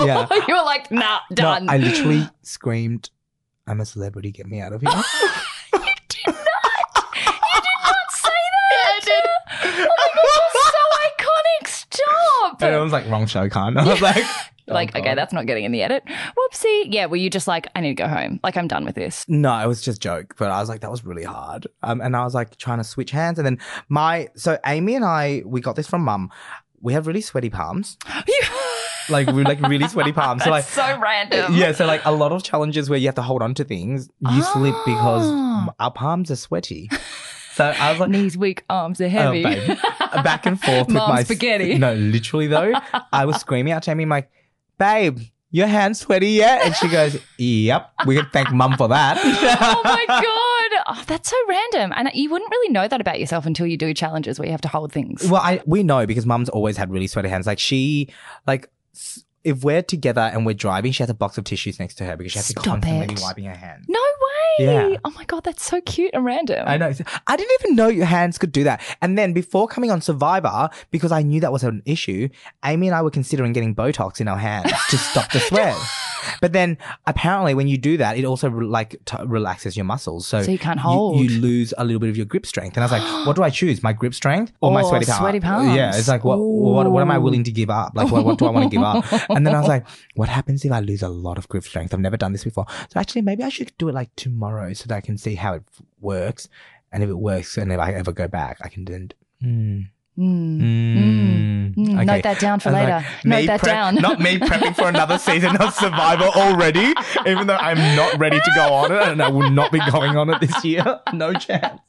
[SPEAKER 3] Yeah.
[SPEAKER 1] you were like, nah,
[SPEAKER 3] No,
[SPEAKER 1] done.
[SPEAKER 3] I literally screamed, I'm a celebrity. Get me out of here.
[SPEAKER 1] You did not say that. Oh my god, you're so iconic. Stop.
[SPEAKER 3] and I was like, wrong show, Khan. I was like,
[SPEAKER 1] like,
[SPEAKER 3] oh,
[SPEAKER 1] okay,
[SPEAKER 3] God.
[SPEAKER 1] that's not getting in the edit. Whoopsie. Yeah, were you just like, I need to go home. Like, I'm done with this.
[SPEAKER 3] No, it was just joke, but I was like, that was really hard. Um, and I was like trying to switch hands. And then my, so Amy and I, we got this from mum. We have really sweaty palms. Like, we like really sweaty palms. So, like,
[SPEAKER 1] That's so random.
[SPEAKER 3] Yeah, so like a lot of challenges where you have to hold on to things, you slip because
[SPEAKER 1] Ah.
[SPEAKER 3] our palms are sweaty. So I was like,
[SPEAKER 1] Knees weak, arms are
[SPEAKER 3] oh,
[SPEAKER 1] heavy.
[SPEAKER 3] babe. back and forth with
[SPEAKER 1] Mom
[SPEAKER 3] my
[SPEAKER 1] spaghetti.
[SPEAKER 3] No, literally though, I was screaming out to Amy, like, babe, your hand's sweaty yet? And she goes, yep, we can thank mum for
[SPEAKER 1] oh
[SPEAKER 3] that.
[SPEAKER 1] my god. Oh, that's so random. And you wouldn't really know that about yourself until you do challenges where you have to hold things.
[SPEAKER 3] well, I we know because mum's always had really sweaty hands. Like she, like. s- If we're together and we're driving, she has a box of tissues next to her because she has to
[SPEAKER 1] Stop
[SPEAKER 3] constantly
[SPEAKER 1] it.
[SPEAKER 3] be wiping her hands.
[SPEAKER 1] No way.
[SPEAKER 3] Yeah.
[SPEAKER 1] Oh my god, that's so cute and random.
[SPEAKER 3] I know. I didn't even know your hands could do that. And then before coming on Survivor, because I knew that was an issue, Amy and I were considering getting Botox in our hands to stop the sweat. But then apparently, when you do that, it also re- like t- relaxes your muscles, so,
[SPEAKER 1] So you can't
[SPEAKER 3] you-
[SPEAKER 1] hold.
[SPEAKER 3] You, lose a little bit of your grip strength. And I was like, what do I choose? My grip strength or, my
[SPEAKER 1] Or
[SPEAKER 3] sweaty palms?
[SPEAKER 1] Oh, sweaty palms.
[SPEAKER 3] Yeah, it's like what, what what am I willing to give up? Like what, what do I want to give up? And then I was like, what happens if I lose a lot of grip strength? I've never done this before. So actually, maybe I should do it like tomorrow so that I can see how it f- works. And if it works, and if I ever go back, I can then. Mm,
[SPEAKER 1] Mm.
[SPEAKER 3] mm,
[SPEAKER 1] Mm,
[SPEAKER 3] okay.
[SPEAKER 1] Note that down for
[SPEAKER 3] I was
[SPEAKER 1] later.
[SPEAKER 3] like,
[SPEAKER 1] Note
[SPEAKER 3] me
[SPEAKER 1] that
[SPEAKER 3] prep-
[SPEAKER 1] down.
[SPEAKER 3] Not me prepping for another season of Survivor already, even though I'm not ready to go on it, and I will not be going on it this year. No chance.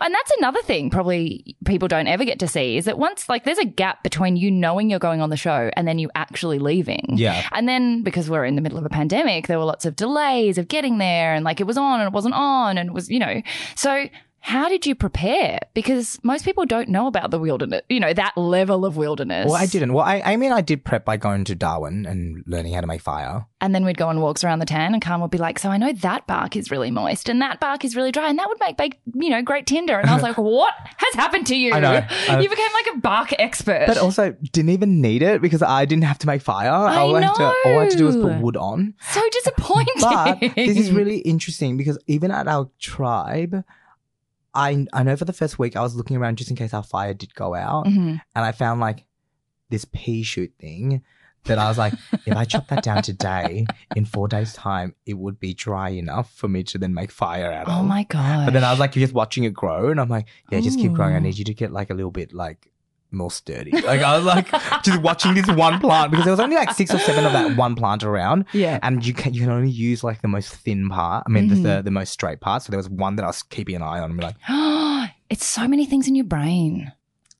[SPEAKER 1] and that's another thing probably people don't ever get to see is that once like there's a gap between you knowing you're going on the show and then you actually leaving.
[SPEAKER 3] Yeah.
[SPEAKER 1] And then because we're in the middle of a pandemic, there were lots of delays of getting there and like it was on and it wasn't on and it was, you know. So how did you prepare? Because most people don't know about the wilderness, you know, that level of wilderness.
[SPEAKER 3] Well, I didn't. Well, I, I mean, I did prep by going to Darwin and learning how to make fire.
[SPEAKER 1] And then we'd go on walks around the tan, and Khan would be like, "So I know that bark is really moist, and that bark is really dry, and that would make baked, you know, great tinder." And I was like, "What has happened to you?
[SPEAKER 3] I know. I-
[SPEAKER 1] you became like a bark expert."
[SPEAKER 3] But also, didn't even need it because I didn't have to make fire.
[SPEAKER 1] I
[SPEAKER 3] all, I had to, all I had to do was put
[SPEAKER 1] know.
[SPEAKER 3] wood on.
[SPEAKER 1] so disappointing.
[SPEAKER 3] But this is really interesting because even at our tribe, I I know for the first week I was looking around just in case our fire did go out,
[SPEAKER 1] Mhm.
[SPEAKER 3] and I found like this pea shoot thing that I was like, if I chop that down today, in four days' time, it would be dry enough for me to then make fire out of.
[SPEAKER 1] Oh my god!
[SPEAKER 3] But then I was like, just watching it grow, and I'm like, yeah, just keep growing. I
[SPEAKER 1] Ooh.
[SPEAKER 3] need you to get like a little bit like more sturdy. Like I was like just watching this one plant because there was only like six or seven of that one plant around
[SPEAKER 1] yeah,
[SPEAKER 3] and you can you can only use like the most thin part. I mean, the, the the most straight part. So there was one that I was keeping an eye on. and be like,
[SPEAKER 1] it's so many things in your brain.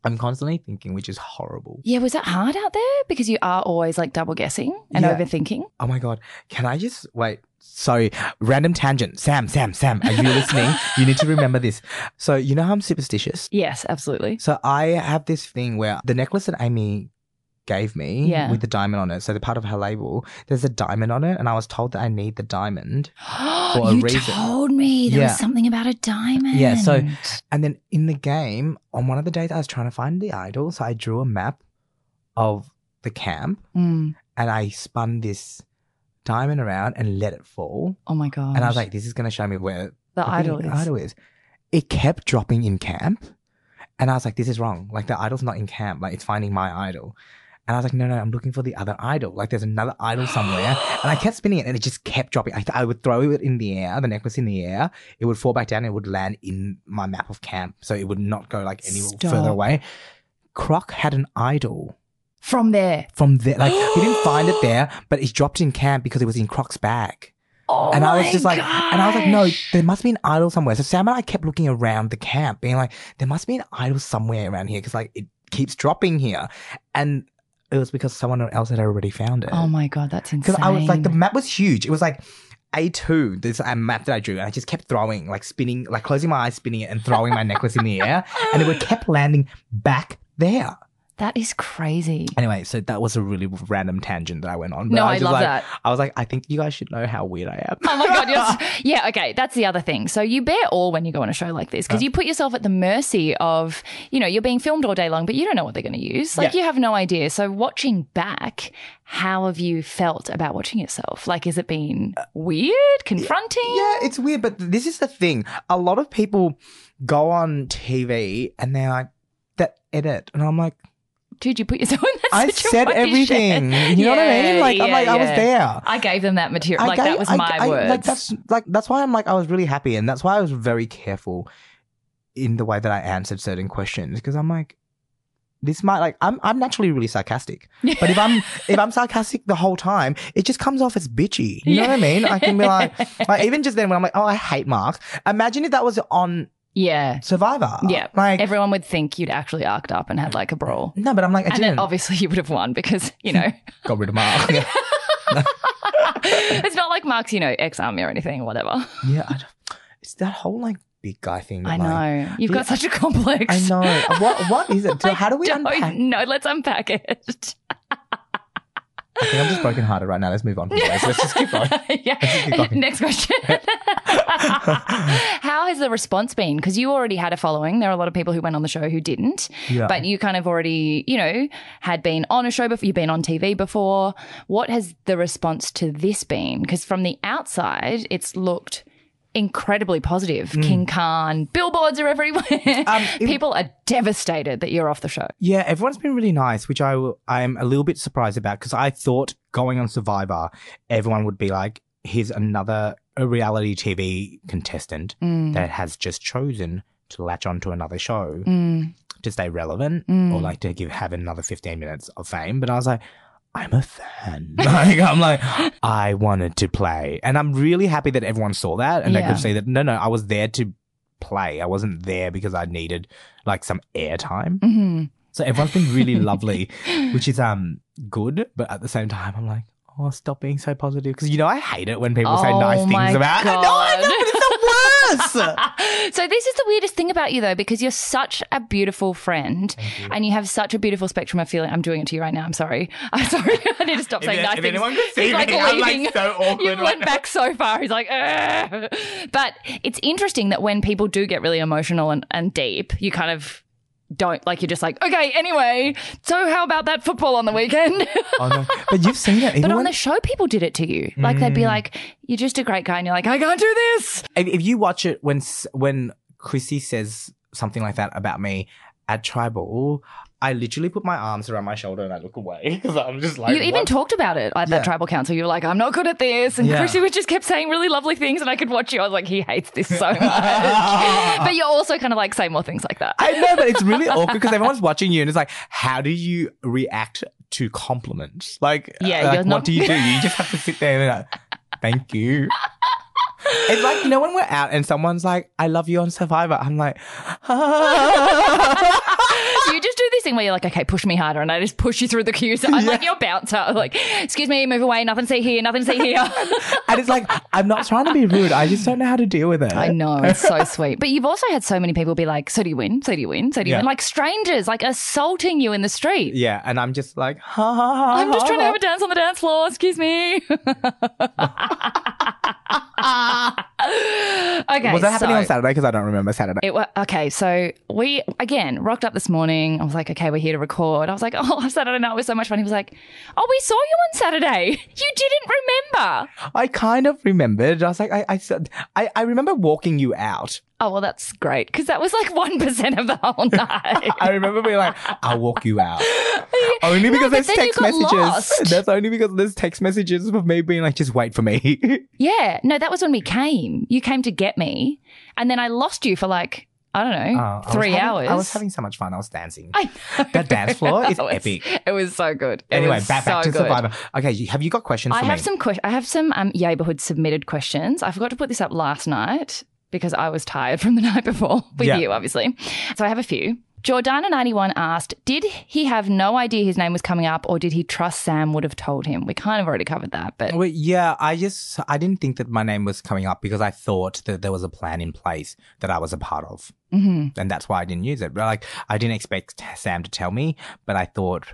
[SPEAKER 3] I'm constantly thinking, which is horrible.
[SPEAKER 1] Yeah, was it hard out there? Because you are always like double guessing and
[SPEAKER 3] Yeah.
[SPEAKER 1] overthinking.
[SPEAKER 3] Oh my god, can I just wait? Sorry, random tangent. Sam, Sam, Sam, are you listening? you need to remember this. So you know how I'm superstitious.
[SPEAKER 1] Yes, absolutely.
[SPEAKER 3] So I have this thing where the necklace that Amy gave me
[SPEAKER 1] Yeah.
[SPEAKER 3] with the diamond on it. So the part of her label, there's a diamond on it, and I was told that I need the diamond. a
[SPEAKER 1] you
[SPEAKER 3] reason.
[SPEAKER 1] told me there
[SPEAKER 3] Yeah.
[SPEAKER 1] was something about a diamond.
[SPEAKER 3] Yeah, so- And then in the game, on one of the days, I was trying to find the idol, so I drew a map of the camp,
[SPEAKER 1] Mm.
[SPEAKER 3] and I spun this diamond around and let it fall.
[SPEAKER 1] Oh my god!
[SPEAKER 3] And I was like, "This is going to show me where
[SPEAKER 1] the
[SPEAKER 3] I
[SPEAKER 1] idol
[SPEAKER 3] think
[SPEAKER 1] is.
[SPEAKER 3] the idol is. It kept dropping in camp. And I was like, this is wrong. Like, the idol's not in camp. Like, it's finding my idol. And I was like, no, no, I'm looking for the other idol. Like, there's another idol somewhere. and I kept spinning it and it just kept dropping. I, I would throw it in the air, the necklace in the air. It would fall back down. And it would land in my map of camp. So it would not go like any
[SPEAKER 1] Stop.
[SPEAKER 3] further away. Croc had an idol
[SPEAKER 1] From there.
[SPEAKER 3] from there. Like, he didn't find it there, but it dropped in camp because it was in Croc's bag
[SPEAKER 1] Oh
[SPEAKER 3] and I was
[SPEAKER 1] my
[SPEAKER 3] just like, and I was like, no,
[SPEAKER 1] gosh.
[SPEAKER 3] there must be an idol somewhere. So Sam and I kept looking around the camp, being like, there must be an idol somewhere around here because like it keeps dropping here, and it was because someone else had already found it.
[SPEAKER 1] Oh my god, that's insane.
[SPEAKER 3] Because I was like, the map was huge. It was like. A2, this uh, map that I drew, and I just kept throwing, like spinning, like closing my eyes, spinning it, and throwing my necklace in the air, and it would kept landing back there.
[SPEAKER 1] that is crazy.
[SPEAKER 3] Anyway, so that was a really random tangent that I went on. but
[SPEAKER 1] No, I
[SPEAKER 3] was just
[SPEAKER 1] love
[SPEAKER 3] like-
[SPEAKER 1] that.
[SPEAKER 3] I was like, I think you guys should know how weird I am.
[SPEAKER 1] Oh my god! You're s- yeah, okay. That's the other thing. So you bear all when you go on a show like this because you put yourself at the mercy of you know you're being filmed all day long, but you don't know what they're going to use. Like
[SPEAKER 3] Yeah.
[SPEAKER 1] you have no idea. So watching back, how have you felt about watching yourself? Like, has it been weird, confronting?
[SPEAKER 3] Uh, Yeah, it's weird, but this is the thing. A lot of people go on TV and they're like, that edit. And I'm like,
[SPEAKER 1] Dude, you put yourself in that
[SPEAKER 3] I
[SPEAKER 1] situation.
[SPEAKER 3] said everything. You know what I mean?
[SPEAKER 1] Yeah,
[SPEAKER 3] Like, I'm
[SPEAKER 1] yeah,
[SPEAKER 3] like, I was
[SPEAKER 1] yeah.
[SPEAKER 3] there.
[SPEAKER 1] I gave them that material.
[SPEAKER 3] I
[SPEAKER 1] like
[SPEAKER 3] gave-
[SPEAKER 1] that was
[SPEAKER 3] I-
[SPEAKER 1] my
[SPEAKER 3] I-
[SPEAKER 1] words.
[SPEAKER 3] Like that's like that's why I'm like I was really happy, and that's why I was very careful in the way that I answered certain questions because I'm like, this might like I'm I'm naturally really sarcastic, but if I'm if I'm sarcastic the whole time, it just comes off as bitchy. You know what I mean? I can be like, like even just then when I'm like, oh, I hate marks. Imagine if that was on
[SPEAKER 1] yeah.
[SPEAKER 3] Survivor.
[SPEAKER 1] Yeah.
[SPEAKER 3] like
[SPEAKER 1] Everyone would think you'd actually arced up and had like a brawl.
[SPEAKER 3] no, but I'm like
[SPEAKER 1] And
[SPEAKER 3] I
[SPEAKER 1] then
[SPEAKER 3] didn't
[SPEAKER 1] obviously you would have won because, you know,
[SPEAKER 3] got rid of mark. yeah,
[SPEAKER 1] it's not like Mark's, you know, ex army or anything or whatever.
[SPEAKER 3] I don't- it's that whole like big guy thing. That,
[SPEAKER 1] I
[SPEAKER 3] like,
[SPEAKER 1] know. You've got
[SPEAKER 3] Yeah.
[SPEAKER 1] such a complex.
[SPEAKER 3] I know. What what is it? Do- How do we
[SPEAKER 1] Don't
[SPEAKER 3] unpack?
[SPEAKER 1] know. Let's unpack it.
[SPEAKER 3] I think I'm just brokenhearted right now. Let's move on from this. Let's just keep going. keep
[SPEAKER 1] yeah.
[SPEAKER 3] going.
[SPEAKER 1] Next question. How has the response been? Because you already had a following. There are a lot of people who went on the show who didn't,
[SPEAKER 3] Yeah.
[SPEAKER 1] but you kind of already, you know, had been on a show before. You've been on TV before. What has the response to this been? Because from the outside, it's looked incredibly positive. King Khan, billboards are everywhere.
[SPEAKER 3] Mm. Um, it-
[SPEAKER 1] people are devastated that you're off the show.
[SPEAKER 3] Yeah, everyone's been really nice, which I will- I am a little bit surprised about because I thought going on Survivor, everyone would be like, "Here's another a reality TV contestant
[SPEAKER 1] Mm.
[SPEAKER 3] that has just chosen to latch onto another show
[SPEAKER 1] Mm-hmm.
[SPEAKER 3] to stay relevant or like to give have another fifteen minutes of fame." But I was like. I'm a fan. Like I'm like I wanted to play, and I'm really happy that everyone saw that and they
[SPEAKER 1] Yeah.
[SPEAKER 3] could see that. No, no, I was there to play. I wasn't there because I needed like some airtime.
[SPEAKER 1] Mm-hmm.
[SPEAKER 3] So everyone's been really lovely, which is um good, but at the same time I'm like, oh, stop being so positive because you know I hate it when people say
[SPEAKER 1] Oh
[SPEAKER 3] nice
[SPEAKER 1] my
[SPEAKER 3] things about. I know, I know, but it's the worst.
[SPEAKER 1] so this is the weirdest thing about you though because you're such a beautiful friend and you have such a beautiful spectrum of feeling i'm doing it to you right now i'm sorry i'm sorry i need to stop
[SPEAKER 3] If-
[SPEAKER 1] saying nice
[SPEAKER 3] if
[SPEAKER 1] things.
[SPEAKER 3] anyone could see
[SPEAKER 1] He's,
[SPEAKER 3] me, I'm, like,
[SPEAKER 1] leaning.
[SPEAKER 3] so awkward
[SPEAKER 1] you
[SPEAKER 3] right
[SPEAKER 1] went
[SPEAKER 3] now.
[SPEAKER 1] back so far he's like "Ugh." but it's interesting that when people do get really emotional and, and deep you kind of don't like you're just like okay anyway so how about that football on the weekend
[SPEAKER 3] oh, no. But you've seen it.
[SPEAKER 1] but
[SPEAKER 3] Even
[SPEAKER 1] on
[SPEAKER 3] when-
[SPEAKER 1] the show people did it to you like they'd be
[SPEAKER 3] Mm.
[SPEAKER 1] like you're just a great guy and you're like i can't do this
[SPEAKER 3] if, if you watch it when s- when Chrissy says something like that about me at Tribal, I literally put my arms around my shoulder and I look away because I'm just like
[SPEAKER 1] You even
[SPEAKER 3] what?
[SPEAKER 1] talked about it at that
[SPEAKER 3] Yeah.
[SPEAKER 1] tribal council. You were like, I'm not good at this. And
[SPEAKER 3] Yeah.
[SPEAKER 1] Chrissy would just kept saying really lovely things, and I could watch you. I was like, he hates this so much. but you're also kind of like, say more things like that.
[SPEAKER 3] I know, but it's really awkward because everyone's watching you and it's like, how do you react to compliments? Like,
[SPEAKER 1] Yeah,
[SPEAKER 3] like,
[SPEAKER 1] you're
[SPEAKER 3] what
[SPEAKER 1] not-
[SPEAKER 3] do you do? You just have to sit there and be like, thank you. It's like, you know, when we're out and someone's like, I love you on Survivor, I'm like,
[SPEAKER 1] you just do this thing where you're like, okay, push me harder, and I just push you through the queues. I'm like your bouncer. Like, excuse me, move away. Nothing to see here. Nothing to see here.
[SPEAKER 3] And it's like, I'm not trying to be rude. I just don't know how to deal with it.
[SPEAKER 1] I know it's so sweet, but you've also had so many people be like, "So do you win? So do you win? So do you
[SPEAKER 3] Yeah.
[SPEAKER 1] win?" Like strangers, like assaulting you in the street.
[SPEAKER 3] Yeah. And I'm just like, ha ha ha.
[SPEAKER 1] I'm just
[SPEAKER 3] ha,
[SPEAKER 1] trying to
[SPEAKER 3] ha.
[SPEAKER 1] have a dance on the dance floor. Excuse me. okay.
[SPEAKER 3] Was that happening
[SPEAKER 1] so-
[SPEAKER 3] on Saturday? Because I don't remember Saturday.
[SPEAKER 1] It was okay. So we again rocked up this morning. I was like, okay, we're here to record. I was like, oh, Saturday night was so much fun. He was like, oh, we saw you on Saturday. You didn't remember.
[SPEAKER 3] I kind of remembered. I was like, I, I, said- I, I remember walking you out.
[SPEAKER 1] Oh well, that's great because that was like one percent of the whole night.
[SPEAKER 3] I remember being like, I'll walk you out. Only because there's
[SPEAKER 1] then you
[SPEAKER 3] text
[SPEAKER 1] got
[SPEAKER 3] messages.
[SPEAKER 1] lost.
[SPEAKER 3] That's only because there's text messages of me being like, just wait for
[SPEAKER 1] Mm,
[SPEAKER 3] me.
[SPEAKER 1] yeah, no, that was when we came. You came to get me, and then I lost you for like I don't know
[SPEAKER 3] Oh, I was
[SPEAKER 1] three
[SPEAKER 3] having-
[SPEAKER 1] hours.
[SPEAKER 3] I was having so much fun. I was dancing.
[SPEAKER 1] I know.
[SPEAKER 3] That dance floor is
[SPEAKER 1] It was-
[SPEAKER 3] epic.
[SPEAKER 1] It was so good. It
[SPEAKER 3] anyway,
[SPEAKER 1] was
[SPEAKER 3] back, back
[SPEAKER 1] so
[SPEAKER 3] to
[SPEAKER 1] good.
[SPEAKER 3] Survivor. Okay, you- have you got questions
[SPEAKER 1] I
[SPEAKER 3] for
[SPEAKER 1] have
[SPEAKER 3] me?
[SPEAKER 1] some que- I have some um, neighborhood submitted questions. I forgot to put this up last night because I was tired from the night before with
[SPEAKER 3] Yeah.
[SPEAKER 1] you, obviously. So I have a few. Jordana91 asked, Did he have no idea his name was coming up, or did he trust Sam would have told him? We kind of already covered that, but
[SPEAKER 3] Wait, yeah, I just I didn't think that my name was coming up because I thought that there was a plan in place that I was a part of,
[SPEAKER 1] Mhm.
[SPEAKER 3] and that's why I didn't use it. But like, I didn't expect Sam to tell me, but I thought,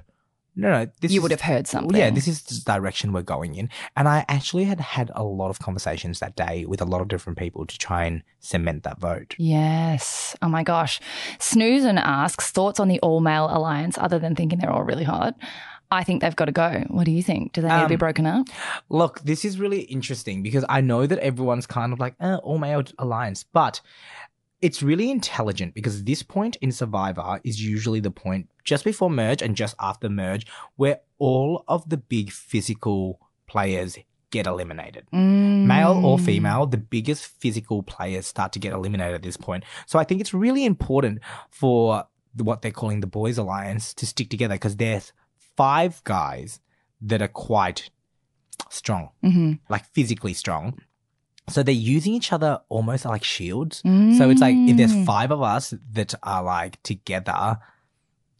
[SPEAKER 3] no, no, this
[SPEAKER 1] you
[SPEAKER 3] is-
[SPEAKER 1] would have heard something.
[SPEAKER 3] Well, Yeah, this is the direction we're going in. And I actually had had a lot of conversations that day with a lot of different people to try and cement that vote.
[SPEAKER 1] Yes. Oh my gosh. Snoozen asks thoughts on the all male alliance other than thinking they're all really hot. I think they've got to go. What do you think? Do they need to be
[SPEAKER 3] Um,
[SPEAKER 1] broken up?
[SPEAKER 3] Look, this is really interesting because I know that everyone's kind of like, eh, all male alliance, but it's really intelligent because this point in Survivor is usually the point just before merge and just after merge where all of the big physical players get eliminated. male or
[SPEAKER 1] Mm.
[SPEAKER 3] female, the biggest physical players start to get eliminated at this point. So I think it's really important for the- what they're calling the boys' alliance to stick together because there's five guys that are quite strong,
[SPEAKER 1] Mhm.
[SPEAKER 3] like physically strong. So they're using each other almost like shields. So it's like if there's
[SPEAKER 1] Mm.
[SPEAKER 3] five of us that are like together,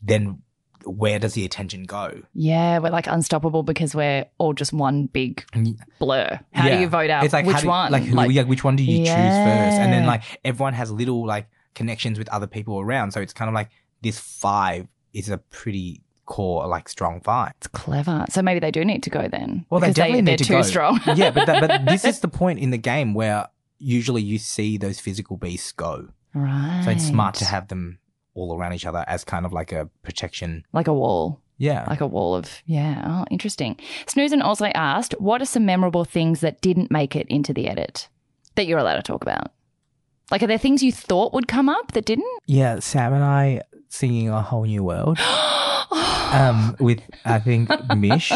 [SPEAKER 3] then where does the attention go?
[SPEAKER 1] Yeah, we're like unstoppable because we're all just one big
[SPEAKER 3] Y-
[SPEAKER 1] blur. How
[SPEAKER 3] Yeah.
[SPEAKER 1] do you vote out
[SPEAKER 3] it's like
[SPEAKER 1] which
[SPEAKER 3] how do-
[SPEAKER 1] one?
[SPEAKER 3] Like, who, yeah, which one do you choose first? And then
[SPEAKER 1] Yeah.
[SPEAKER 3] like everyone has little like connections with other people around, so it's kind of like this five is a pretty core like strong five.
[SPEAKER 1] it's clever. So maybe they do need to go then.
[SPEAKER 3] Well, they
[SPEAKER 1] because
[SPEAKER 3] definitely need
[SPEAKER 1] they're
[SPEAKER 3] to
[SPEAKER 1] too
[SPEAKER 3] go.
[SPEAKER 1] strong.
[SPEAKER 3] yeah, but that, but this is the point in the game where usually you see those physical beasts go,
[SPEAKER 1] right.
[SPEAKER 3] so it's smart to have them all around each other as kind of like a protection.
[SPEAKER 1] like a wall.
[SPEAKER 3] Yeah.
[SPEAKER 1] like a wall of yeah oh, interesting snoozen also asked what are some memorable things that didn't make it into the edit that you're allowed to talk about like are there things you thought would come up that didn't
[SPEAKER 3] yeah, Sam and I singing a whole new world. um, with I think Mish,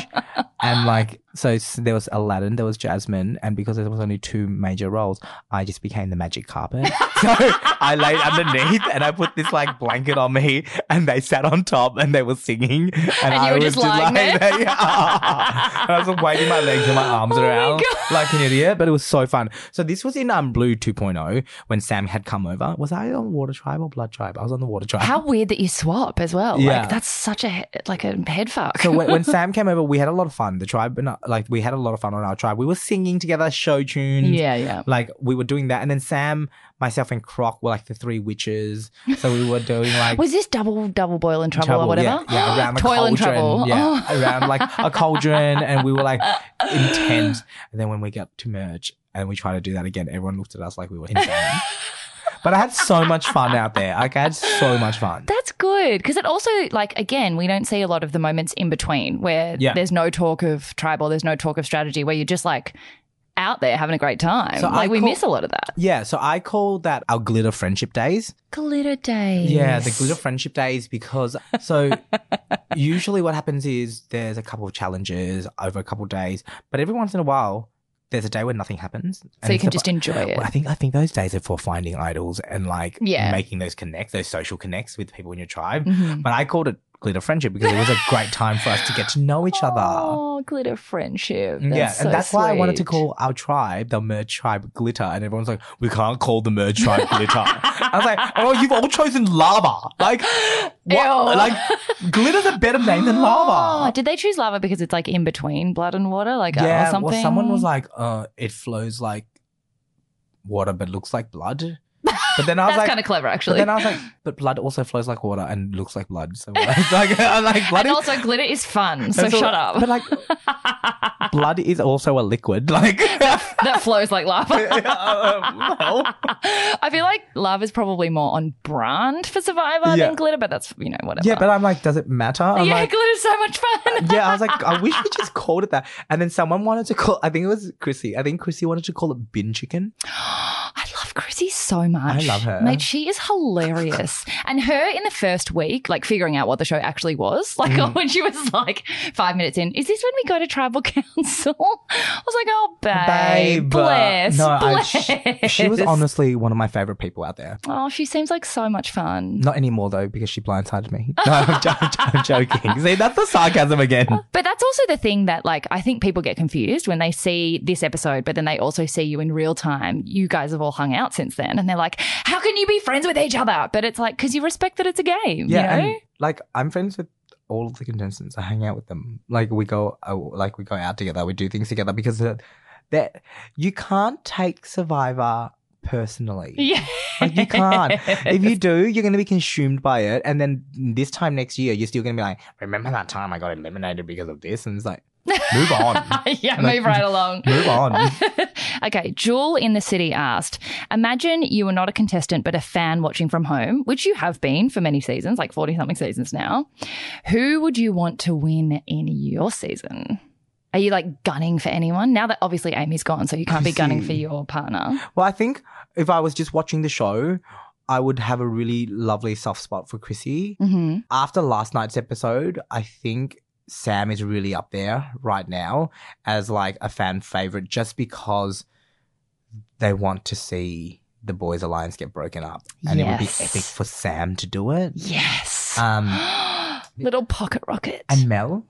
[SPEAKER 3] and like so s- there was Aladdin, there was Jasmine, and because there was only two major roles, I just became the magic carpet. so I laid underneath and I put this like blanket on me, and they sat on top and they were singing, and, I
[SPEAKER 1] you were
[SPEAKER 3] was
[SPEAKER 1] just lying
[SPEAKER 3] like,
[SPEAKER 1] there?
[SPEAKER 3] and I was like waving my legs and my arms
[SPEAKER 1] Oh my
[SPEAKER 3] around
[SPEAKER 1] God.
[SPEAKER 3] like an idiot, but it was so fun. So this was in um Blue 2.0 when Sam had come over. Was I on Water Tribe or Blood Tribe? I was on the Water Tribe.
[SPEAKER 1] how weird that you swap as well
[SPEAKER 3] Yeah.
[SPEAKER 1] like that's such a he- like a head fuck
[SPEAKER 3] So when, when Sam came over, we had a lot of fun. The tribe, and, uh, like we had a lot of fun on our tribe. We were singing together, show tunes.
[SPEAKER 1] yeah yeah
[SPEAKER 3] Like we were doing that, and then Sam, myself, and Croc were like the three witches. So we were doing like
[SPEAKER 1] was this double double boil and trouble, or
[SPEAKER 3] trouble,
[SPEAKER 1] whatever
[SPEAKER 3] Yeah, yeah, around a
[SPEAKER 1] toil
[SPEAKER 3] cauldron.
[SPEAKER 1] and trouble
[SPEAKER 3] Yeah,
[SPEAKER 1] Oh.
[SPEAKER 3] around like a cauldron, and we were like intense. And then when we got to merge and we tried to do that again, everyone looked at us like we were insane. but I had so much fun out there. Like I had so much fun.
[SPEAKER 1] That's good because it also like again we don't see a lot of the moments in between where
[SPEAKER 3] Yeah.
[SPEAKER 1] there's no talk of tribal, there's no talk of strategy where you're just like out there having a great time.
[SPEAKER 3] So
[SPEAKER 1] like
[SPEAKER 3] I
[SPEAKER 1] we
[SPEAKER 3] call-
[SPEAKER 1] miss a lot of that.
[SPEAKER 3] Yeah, so I call that our glitter friendship days.
[SPEAKER 1] Glitter days.
[SPEAKER 3] Yeah, the glitter friendship days because so usually what happens is there's a couple of challenges over a couple of days, but every once in a while there's a day where nothing happens.
[SPEAKER 1] So you
[SPEAKER 3] it's
[SPEAKER 1] can
[SPEAKER 3] abo-
[SPEAKER 1] just enjoy it.
[SPEAKER 3] Well, I think I think those days are for finding idols and like
[SPEAKER 1] Yeah.
[SPEAKER 3] making those connects, those social connects with people in your tribe.
[SPEAKER 1] Mhm.
[SPEAKER 3] But I called it glitter friendship because it was a great time for us to get to know each other.
[SPEAKER 1] Oh, glitter friendship.
[SPEAKER 3] yeah,
[SPEAKER 1] That's so
[SPEAKER 3] and that's why I wanted to
[SPEAKER 1] sweet.
[SPEAKER 3] call our tribe the merge tribe glitter, and everyone's like, "We can't call the merge tribe glitter." I was like, "Oh, you've all chosen lava, like,
[SPEAKER 1] Ew.
[SPEAKER 3] what? like, glitter's a better name than
[SPEAKER 1] Oh,
[SPEAKER 3] lava."
[SPEAKER 1] did they choose lava because it's like in between blood and water, like uh, or
[SPEAKER 3] yeah,
[SPEAKER 1] something?
[SPEAKER 3] well, someone was like, "Uh, it flows like water, but looks like blood." But then I was
[SPEAKER 1] that's
[SPEAKER 3] like,
[SPEAKER 1] kind of clever,
[SPEAKER 3] but
[SPEAKER 1] actually.
[SPEAKER 3] then I was like, "But blood also flows like water and looks like blood." So it's like, I'm like, blood
[SPEAKER 1] and
[SPEAKER 3] is-
[SPEAKER 1] also, glitter is fun, so
[SPEAKER 3] that's all-
[SPEAKER 1] shut up.
[SPEAKER 3] But like, blood is also a liquid, like.
[SPEAKER 1] that flows like lava.
[SPEAKER 3] well,
[SPEAKER 1] I feel like lava's probably more on brand for Survivor
[SPEAKER 3] Yeah.
[SPEAKER 1] than glitter, but that's you know whatever.
[SPEAKER 3] yeah, but I'm like, does it matter? I'm
[SPEAKER 1] yeah,
[SPEAKER 3] like,
[SPEAKER 1] glitter's so much fun.
[SPEAKER 3] yeah, I was like, I wish we just called it that. And then someone wanted to call, I think it was Chrissy. I think Chrissy wanted to call it bin chicken.
[SPEAKER 1] I love Chrissy so much.
[SPEAKER 3] I love her.
[SPEAKER 1] Mate, she is hilarious. and her in the first week, like figuring out what the show actually was, like
[SPEAKER 3] Mm.
[SPEAKER 1] when she was like five minutes in, is this when we go to tribal council? I was like, oh, babe,
[SPEAKER 3] Babe.
[SPEAKER 1] bless,
[SPEAKER 3] No, I-
[SPEAKER 1] bless.
[SPEAKER 3] she, she was honestly one of my favorite people out there.
[SPEAKER 1] Oh, she seems like so much fun.
[SPEAKER 3] Not anymore though, because she blindsided me. No, I'm, jo- I'm jo- I'm joking. See, that's the sarcasm again.
[SPEAKER 1] But that's also the thing that, like, I think people get confused when they see this episode, but then they also see you in real time. You guys have all hung out since then, and they're like, "How can you be friends with each other?" But it's like because you respect that it's a game.
[SPEAKER 3] Yeah,
[SPEAKER 1] you know?
[SPEAKER 3] and like I'm friends with all of the contestants. I hang out with them. Like we go, oh, like we go out together. We do things together because uh, that you can't take Survivor personally.
[SPEAKER 1] yeah.
[SPEAKER 3] Like you can't. If you do, you're going to be consumed by it. And then this time next year, you're still going to be like, remember that time I got eliminated because of this? And it's like, move on.
[SPEAKER 1] yeah,
[SPEAKER 3] Like-
[SPEAKER 1] move right along.
[SPEAKER 3] move on.
[SPEAKER 1] okay, Jewel in the City asked Imagine you were not a contestant, but a fan watching from home, which you have been for many seasons, like 40 something seasons now. Who would you want to win in your season? Are you like gunning for anyone? Now that obviously Amy's gone, so you can't be gunning for
[SPEAKER 3] Chrissy.
[SPEAKER 1] your partner.
[SPEAKER 3] Well, I think if I was just watching the show, I would have a really lovely soft spot for Chrissy.
[SPEAKER 1] hmm
[SPEAKER 3] After last night's episode, I think Sam is really up there right now as like a fan favorite just because they want to see the boys' alliance get broken up. And it would be
[SPEAKER 1] Yes.
[SPEAKER 3] epic for Sam to do it.
[SPEAKER 1] Yes.
[SPEAKER 3] Um,
[SPEAKER 1] Little pocket rocket.
[SPEAKER 3] And Mel?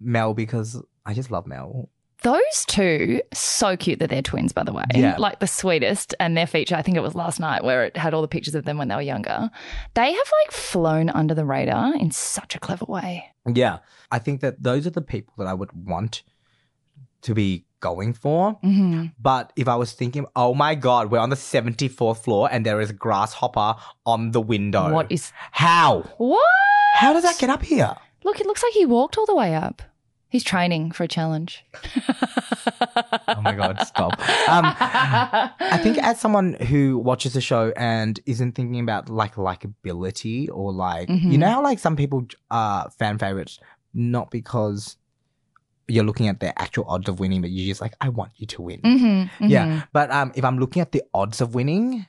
[SPEAKER 3] Mel, because I just love Mel.
[SPEAKER 1] Those two, so cute that they're twins, by the way.
[SPEAKER 3] Yeah.
[SPEAKER 1] Like the sweetest. And their feature, I think it was last night where it had all the pictures of them when they were younger. They have like flown under the radar in such a clever way.
[SPEAKER 3] Yeah. I think that those are the people that I would want to be going for.
[SPEAKER 1] Mm-hmm.
[SPEAKER 3] But if I was thinking, oh my God, we're on the 74th floor and there is a grasshopper on the window.
[SPEAKER 1] What is.
[SPEAKER 3] How?
[SPEAKER 1] What?
[SPEAKER 3] How does that get up here?
[SPEAKER 1] Look, it looks like he walked all the way up. He's training for a challenge.
[SPEAKER 3] Oh my God, stop. Um, I think as someone who watches the show and isn't thinking about like likability or like you
[SPEAKER 1] Mhm.
[SPEAKER 3] know how like some people are fan favorites not because you're looking at their actual odds of winning, but you're just like I want you to win.
[SPEAKER 1] Mhm, mhm.
[SPEAKER 3] Yeah, but um, if I'm looking at the odds of winning,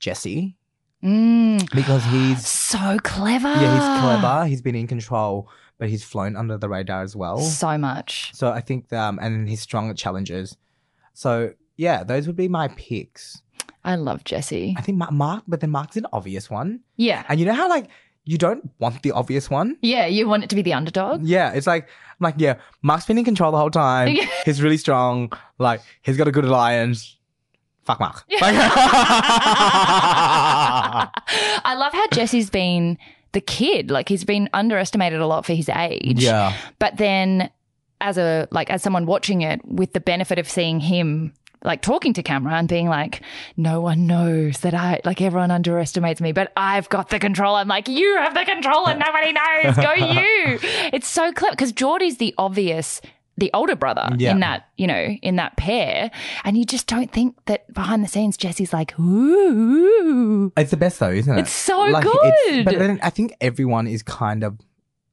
[SPEAKER 3] Jesse
[SPEAKER 1] Mm.
[SPEAKER 3] because he's
[SPEAKER 1] So clever.
[SPEAKER 3] yeah he's clever, he's been in control, but he's flown under the radar as well.
[SPEAKER 1] So much.
[SPEAKER 3] So I think um, and he's strong at challenges. So yeah, those would be my picks.
[SPEAKER 1] I love Jesse.
[SPEAKER 3] I think Ma- Mark, but then Mark's an obvious one.
[SPEAKER 1] Yeah.
[SPEAKER 3] And you know how like you don't want the obvious one?
[SPEAKER 1] Yeah. You want it to be the underdog?
[SPEAKER 3] Yeah, it's like I'm like, yeah, Mark's been in control the whole time.
[SPEAKER 1] Yeah.
[SPEAKER 3] He's really strong. Like he's got a good alliance. Fuck Mark.
[SPEAKER 1] Yeah.
[SPEAKER 3] Like-
[SPEAKER 1] I love how Jesse's been the kid. Like he's been underestimated a lot for his age.
[SPEAKER 3] yeah.
[SPEAKER 1] But then as a like as someone watching it with the benefit of seeing him like talking to camera and being like, no one knows that I like everyone underestimates me, but I've got the control. I'm like, you have the control and nobody knows. Go you. It's so clever because Geordie's the obvious the older brother
[SPEAKER 3] Yeah.
[SPEAKER 1] in that, you know, in that pair. And you just don't think that behind the scenes Jesse's like, ooh.
[SPEAKER 3] It's the best though, isn't it?
[SPEAKER 1] It's so
[SPEAKER 3] it's- but
[SPEAKER 1] good.
[SPEAKER 3] then I think everyone is kind of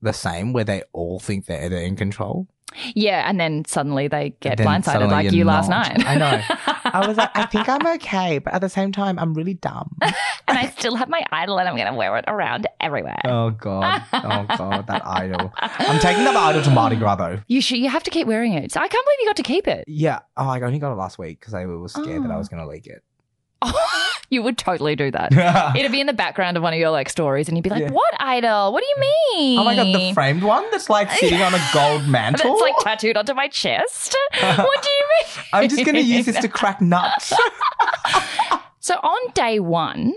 [SPEAKER 3] the same where they all think they're, they're in control.
[SPEAKER 1] Yeah, and then suddenly they get
[SPEAKER 3] Then
[SPEAKER 1] blindsided
[SPEAKER 3] suddenly
[SPEAKER 1] like
[SPEAKER 3] you're
[SPEAKER 1] you last
[SPEAKER 3] not.
[SPEAKER 1] night.
[SPEAKER 3] I know. I was like, I think I'm okay, but at the same time, I'm really dumb.
[SPEAKER 1] and I still have my idol and I'm going to wear it around everywhere.
[SPEAKER 3] Oh god. Oh god, that idol. I'm taking that idol to Mardi Gras though.
[SPEAKER 1] You should, you have to keep wearing it. I can't believe you got to keep it.
[SPEAKER 3] Yeah. Oh, I only got it last week because I was scared that I
[SPEAKER 1] Oh.
[SPEAKER 3] was going to leak it.
[SPEAKER 1] You would totally do that. It'd be in the background of one of your like stories, and you'd be like, "What idol? What do you mean?
[SPEAKER 3] Oh my god, the framed one that's like sitting on a gold
[SPEAKER 1] that's
[SPEAKER 3] mantle.
[SPEAKER 1] like tattooed onto my chest. what do you mean?"
[SPEAKER 3] I'm just gonna use this to crack nuts.
[SPEAKER 1] So on day one,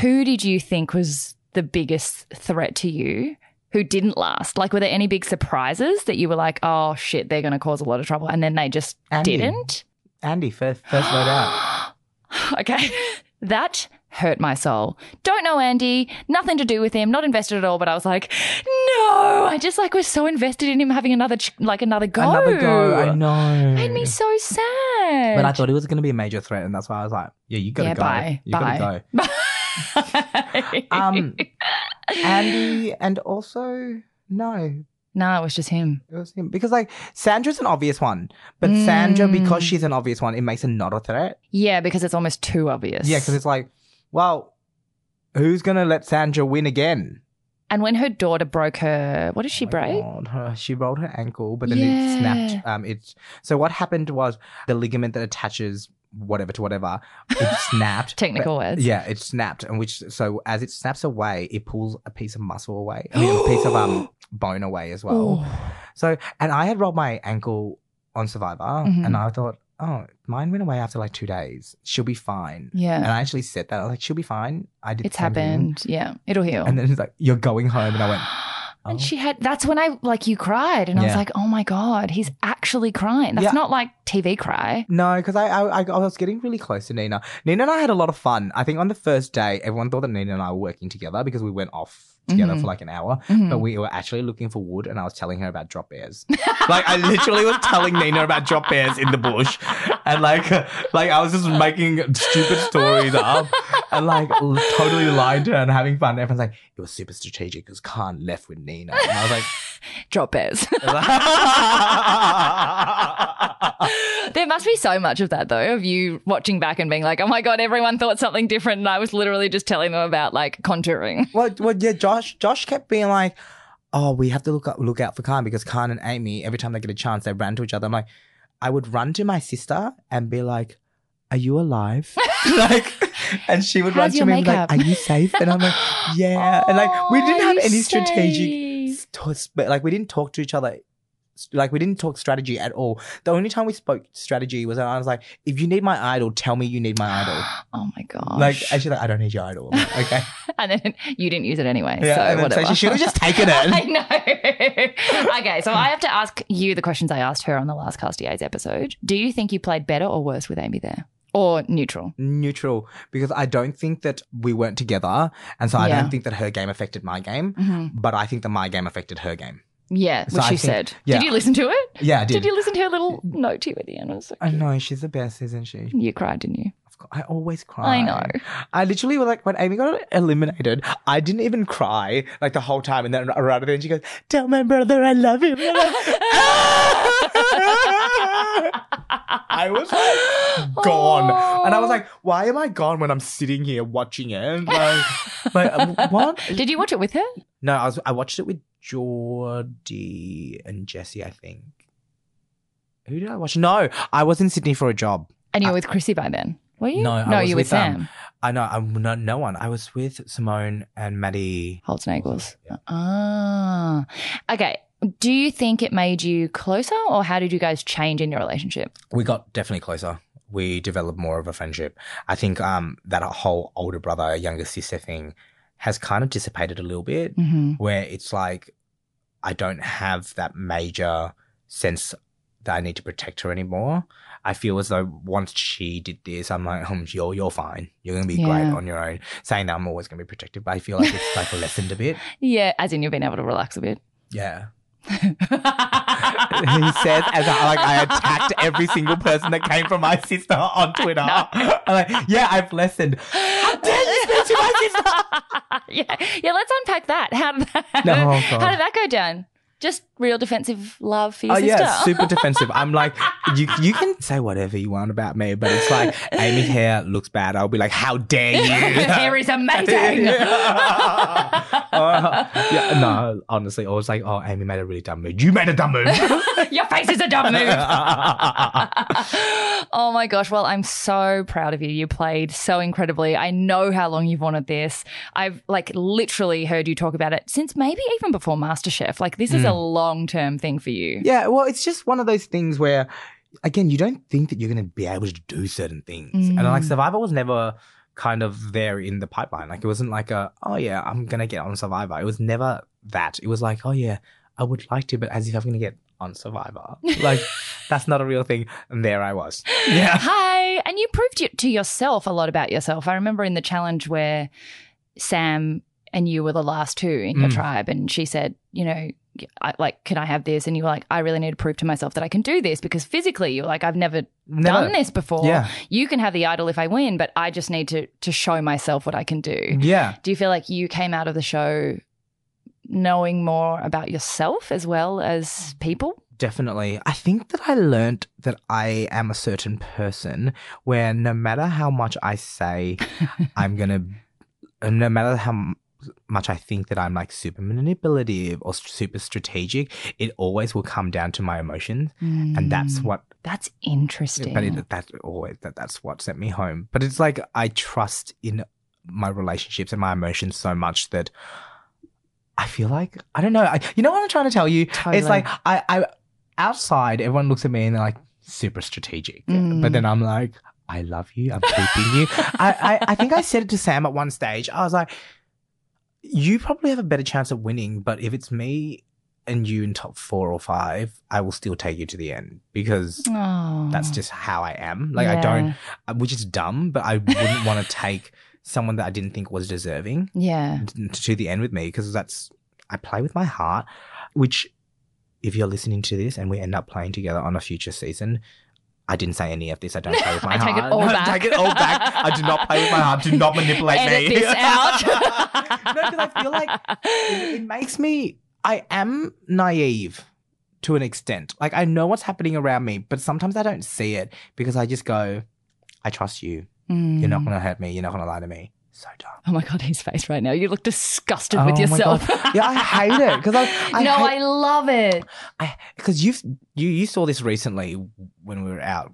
[SPEAKER 1] who did you think was the biggest threat to you? Who didn't last? Like, were there any big surprises that you were like, "Oh shit, they're going to cause a lot of trouble," and then they just
[SPEAKER 3] Andy.
[SPEAKER 1] didn't?
[SPEAKER 3] Andy, first first word out.
[SPEAKER 1] Okay. That hurt my soul. Don't know Andy, nothing to do with him, not invested at all, but I was like, no, I just like was so invested in him having another ch- like another go.
[SPEAKER 3] Another go. I know.
[SPEAKER 1] Made me so sad.
[SPEAKER 3] But I thought it was gonna be a major threat, and that's why I was like, "Yeah, you gotta
[SPEAKER 1] Yeah,
[SPEAKER 3] go.
[SPEAKER 1] bye.
[SPEAKER 3] You
[SPEAKER 1] Bye.
[SPEAKER 3] gotta go." Um, Andy, and also no,
[SPEAKER 1] no, it was just him.
[SPEAKER 3] It was him. Because like Sandra's an obvious one. But Sandra, because she's an obvious one, it makes her not a threat.
[SPEAKER 1] Yeah, because it's almost too obvious.
[SPEAKER 3] Yeah, because it's like, well, who's gonna let Sandra win again?
[SPEAKER 1] and when her daughter broke her, what did she break?
[SPEAKER 3] Oh God, her- she rolled her ankle, but then
[SPEAKER 1] Yeah.
[SPEAKER 3] it snapped. Um it so what happened was the ligament that attaches whatever to whatever, it snapped.
[SPEAKER 1] Technical
[SPEAKER 3] but-
[SPEAKER 1] words.
[SPEAKER 3] Yeah, it snapped, and which so as it snaps away, it pulls a piece of muscle away, I mean, a piece of um bone away as well. So, and I had rolled my ankle on Survivor,
[SPEAKER 1] Mhm.
[SPEAKER 3] and I thought, oh, mine went away after like two days. She'll be fine. And
[SPEAKER 1] yeah,
[SPEAKER 3] I actually said that. I was like, she'll be fine. I did.
[SPEAKER 1] it's
[SPEAKER 3] the same thing.
[SPEAKER 1] happened. Yeah, it'll heal.
[SPEAKER 3] And then he's like, you're going home. And I went,
[SPEAKER 1] And
[SPEAKER 3] Oh.
[SPEAKER 1] she had, that's when I, like, you cried. And I was
[SPEAKER 3] Yeah.
[SPEAKER 1] like, oh my God, he's actually crying. That's
[SPEAKER 3] Yeah.
[SPEAKER 1] not like TV cry.
[SPEAKER 3] no, because I, I I I was getting really close to Nina. Nina and I had a lot of fun. I think on the first day, everyone thought that Nina and I were working together because we went off together
[SPEAKER 1] Mhm.
[SPEAKER 3] for like an hour.
[SPEAKER 1] Mhm.
[SPEAKER 3] But we were actually looking for wood, and I was telling her about drop bears. like I literally was telling Nina about drop bears in the bush, and like, like I was just making stupid stories up, and like l- totally lying to her and having fun. Everyone's like, "It was super strategic because Khan left with Nina," and I was like,
[SPEAKER 1] Drop bears. there must be so much of that, though, of you watching back and being like, oh my God, everyone thought something different. And I was literally just telling them about like contouring.
[SPEAKER 3] "Well, well, yeah." Josh, Josh kept being like. Oh, we have to look up, look out for Khan because Khan and Amy, every time they get a chance, they ran to each other. I'm like, I would run to my sister and be like, "Are you alive?" like, and she would
[SPEAKER 1] How's your
[SPEAKER 3] run to me and be
[SPEAKER 1] makeup?
[SPEAKER 3] like, "Are you safe?" And I'm like, "Yeah." and like, we didn't
[SPEAKER 1] Oh,
[SPEAKER 3] have
[SPEAKER 1] you
[SPEAKER 3] any strategic,
[SPEAKER 1] saved.
[SPEAKER 3] st- but like, we didn't talk to each other. S- Like, we didn't talk strategy at all. The only time we spoke strategy was when I was like, "If you need my idol, tell me you need my idol."
[SPEAKER 1] Oh my God.
[SPEAKER 3] Like, and she's like, "I don't need your idol." I'm like, okay,
[SPEAKER 1] and then you didn't use it anyway.
[SPEAKER 3] yeah.
[SPEAKER 1] so,
[SPEAKER 3] and then,
[SPEAKER 1] whatever.
[SPEAKER 3] so she should have just taken it.
[SPEAKER 1] I know. okay, so I have to ask you the questions I asked her on the last Cast EA's episode. Do you think you played better or worse with Amy there? Or neutral?
[SPEAKER 3] neutral because I don't think that we weren't together. And so I
[SPEAKER 1] Yeah.
[SPEAKER 3] don't think that her game affected my game, but I think that my game affected her game.
[SPEAKER 1] Yeah,
[SPEAKER 3] Mm-hmm. So
[SPEAKER 1] what
[SPEAKER 3] I
[SPEAKER 1] she
[SPEAKER 3] think-
[SPEAKER 1] said.
[SPEAKER 3] yeah.
[SPEAKER 1] Did you listen to it?
[SPEAKER 3] Yeah, I
[SPEAKER 1] Did
[SPEAKER 3] did.
[SPEAKER 1] you listen to her little note to you at the end? It was so
[SPEAKER 3] I
[SPEAKER 1] cute.
[SPEAKER 3] know, she's the best, isn't she?
[SPEAKER 1] You cried, didn't you?
[SPEAKER 3] Of course, I always cry.
[SPEAKER 1] I know.
[SPEAKER 3] I literally was like, when Amy got eliminated, I didn't even cry like the whole time. And then rather than she goes, Tell my brother I love him. And I'm like, I was like gone. And I
[SPEAKER 1] Oh.
[SPEAKER 3] was like, why am I gone when I'm sitting here watching it? Like, like what?
[SPEAKER 1] Did you watch it with her?
[SPEAKER 3] No, I was I watched it with Geordie and Jesse, I think. Who did I watch? No, I was in Sydney for a job.
[SPEAKER 1] And you were with Chrissy by then, were you?
[SPEAKER 3] Uh, No, I
[SPEAKER 1] no,
[SPEAKER 3] was
[SPEAKER 1] you were with
[SPEAKER 3] with, um,
[SPEAKER 1] Sam
[SPEAKER 3] I know, I'm not, no one. I was with Simone and Maddie.
[SPEAKER 1] Holtznagels.
[SPEAKER 3] Yeah.
[SPEAKER 1] Ah, okay. Do you think it made you closer, or how did you guys change in your relationship?
[SPEAKER 3] We got definitely closer. We developed more of a friendship. I think um, that whole older brother, younger sister thing has kind of dissipated a little bit.
[SPEAKER 1] Mm-hmm.
[SPEAKER 3] where it's like I don't have that major sense that I need to protect her anymore. I feel as though once she did this, I'm like, um, you're you're fine. You're gonna be great
[SPEAKER 1] Yeah.
[SPEAKER 3] on your own. Saying that I'm always gonna be protective, but I feel like it's like lessened a bit.
[SPEAKER 1] Yeah, as in you've been able to relax a bit.
[SPEAKER 3] Yeah.
[SPEAKER 1] he
[SPEAKER 3] he says as I like I attacked every single person that came from my sister on Twitter. I'm like, yeah, I've lessened. How dare you speak to my sister?
[SPEAKER 1] yeah, yeah. Let's unpack that. How did that,
[SPEAKER 3] No, oh,
[SPEAKER 1] how
[SPEAKER 3] God.
[SPEAKER 1] did that go down? Just real defensive love for your
[SPEAKER 3] Oh
[SPEAKER 1] sister.
[SPEAKER 3] yeah, super defensive. I'm like, you you can say whatever you want about me, but it's like Amy hair looks bad. I'll be like, how dare you?
[SPEAKER 1] Hair is amazing.
[SPEAKER 3] yeah. Uh, yeah, no, honestly, I was like, oh, Amy made a really dumb move. You made a dumb move.
[SPEAKER 1] Your face is a dumb move. oh my gosh. Well, I'm so proud of you. You played so incredibly. I know how long you've wanted this. I've like literally heard you talk about it since maybe even before MasterChef. Like, this is a
[SPEAKER 3] Mm.
[SPEAKER 1] long term thing for you.
[SPEAKER 3] yeah, well, it's just one of those things where, again, you don't think that you're going to be able to do certain things, and like Survivor was never kind of there in the pipeline. Like it wasn't like a, oh yeah, I'm gonna get on Survivor. It was never that. It was like, oh yeah, I would like to, but as if I'm gonna get on Survivor. Like that's not a real thing. And there I was. Yeah.
[SPEAKER 1] Hi. And you proved it to yourself a lot about yourself. I remember in the challenge where Sam and you were the last two in your
[SPEAKER 3] Mm.
[SPEAKER 1] tribe, and she said, you know, I, like, can I have this? And you were like, I really need to prove to myself that I can do this because physically, you're like, I've never
[SPEAKER 3] Never.
[SPEAKER 1] done this before.
[SPEAKER 3] Yeah.
[SPEAKER 1] You can have the idol if I win, but I just need to to show myself what I can do.
[SPEAKER 3] Yeah.
[SPEAKER 1] Do you feel like you came out of the show knowing more about yourself as well as people?
[SPEAKER 3] Definitely. I think that I learnt that I am a certain person where no matter how much I say I'm going to, no matter how m- much I think that I'm like super manipulative or s- super strategic, it always will come down to my emotions. And that's
[SPEAKER 1] Mm,
[SPEAKER 3] what,
[SPEAKER 1] that's interesting.
[SPEAKER 3] but it, that always, that, that's what sent me home. But it's like I trust in my relationships and my emotions so much that I feel like, I don't know. I, you know what I'm trying to tell you? It's like I, I outside everyone looks at me and they're like super strategic,
[SPEAKER 1] Mm.
[SPEAKER 3] but then I'm like, I love you. I'm keeping you. I, I I think I said it to Sam at one stage. I was like, you probably have a better chance of winning, but if it's me and you in top four or five, I will still take you to the end because.
[SPEAKER 1] Oh.
[SPEAKER 3] That's just how I am. Like I don't, which is dumb, but I wouldn't want to take someone that I didn't think was deserving
[SPEAKER 1] Yeah.
[SPEAKER 3] t- to the end with me because that's I play with my heart, which if you're listening to this and we end up playing together on a future season, I didn't say any of this. I don't play with my
[SPEAKER 1] I
[SPEAKER 3] heart.
[SPEAKER 1] take it all back.
[SPEAKER 3] I take it all back. I do not play with my heart. Do not manipulate
[SPEAKER 1] Edit
[SPEAKER 3] me.
[SPEAKER 1] this out.
[SPEAKER 3] no, because I feel like it, it makes me. I am naive to an extent. Like I know what's happening around me, but sometimes I don't see it because I just go, "I trust you. You're not going to hurt me. You're not going to lie to me." So dumb.
[SPEAKER 1] Mm. Oh my god, his face right now. You look disgusted with
[SPEAKER 3] Oh my
[SPEAKER 1] yourself.
[SPEAKER 3] Yeah, I hate it because I, I
[SPEAKER 1] no,
[SPEAKER 3] hate,
[SPEAKER 1] I love it.
[SPEAKER 3] because you've you you saw this recently when we were out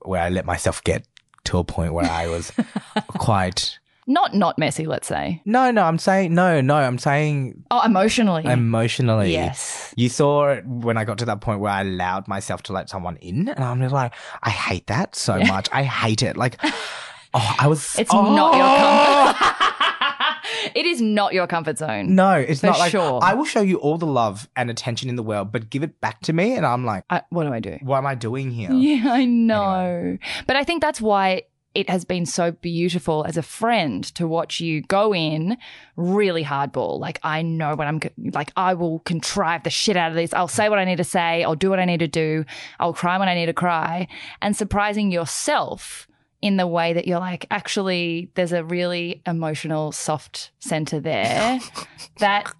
[SPEAKER 3] where I let myself get to a point where I was quite
[SPEAKER 1] Not not messy, let's say.
[SPEAKER 3] no no I'm saying no no I'm saying
[SPEAKER 1] Oh, emotionally.
[SPEAKER 3] emotionally
[SPEAKER 1] Yes.
[SPEAKER 3] you saw it when I got to that point where I allowed myself to let someone in and I'm just like I hate that so
[SPEAKER 1] Yeah.
[SPEAKER 3] much I hate it like oh I was
[SPEAKER 1] It's
[SPEAKER 3] oh,
[SPEAKER 1] not your comfort. it is not your comfort zone.
[SPEAKER 3] no it's
[SPEAKER 1] For
[SPEAKER 3] not like
[SPEAKER 1] sure.
[SPEAKER 3] I will show you all the love and attention in the world but give it back to me and I'm like
[SPEAKER 1] I, what do I do?
[SPEAKER 3] what am I doing here
[SPEAKER 1] Yeah, I know. But I think that's why it has been so beautiful as a friend to watch you go in really hardball. Like, I know what I'm, co- like, I will contrive the shit out of this. I'll say what I need to say. I'll do what I need to do. I'll cry when I need to cry. And surprising yourself in the way that you're like, actually, there's a really emotional, soft center there that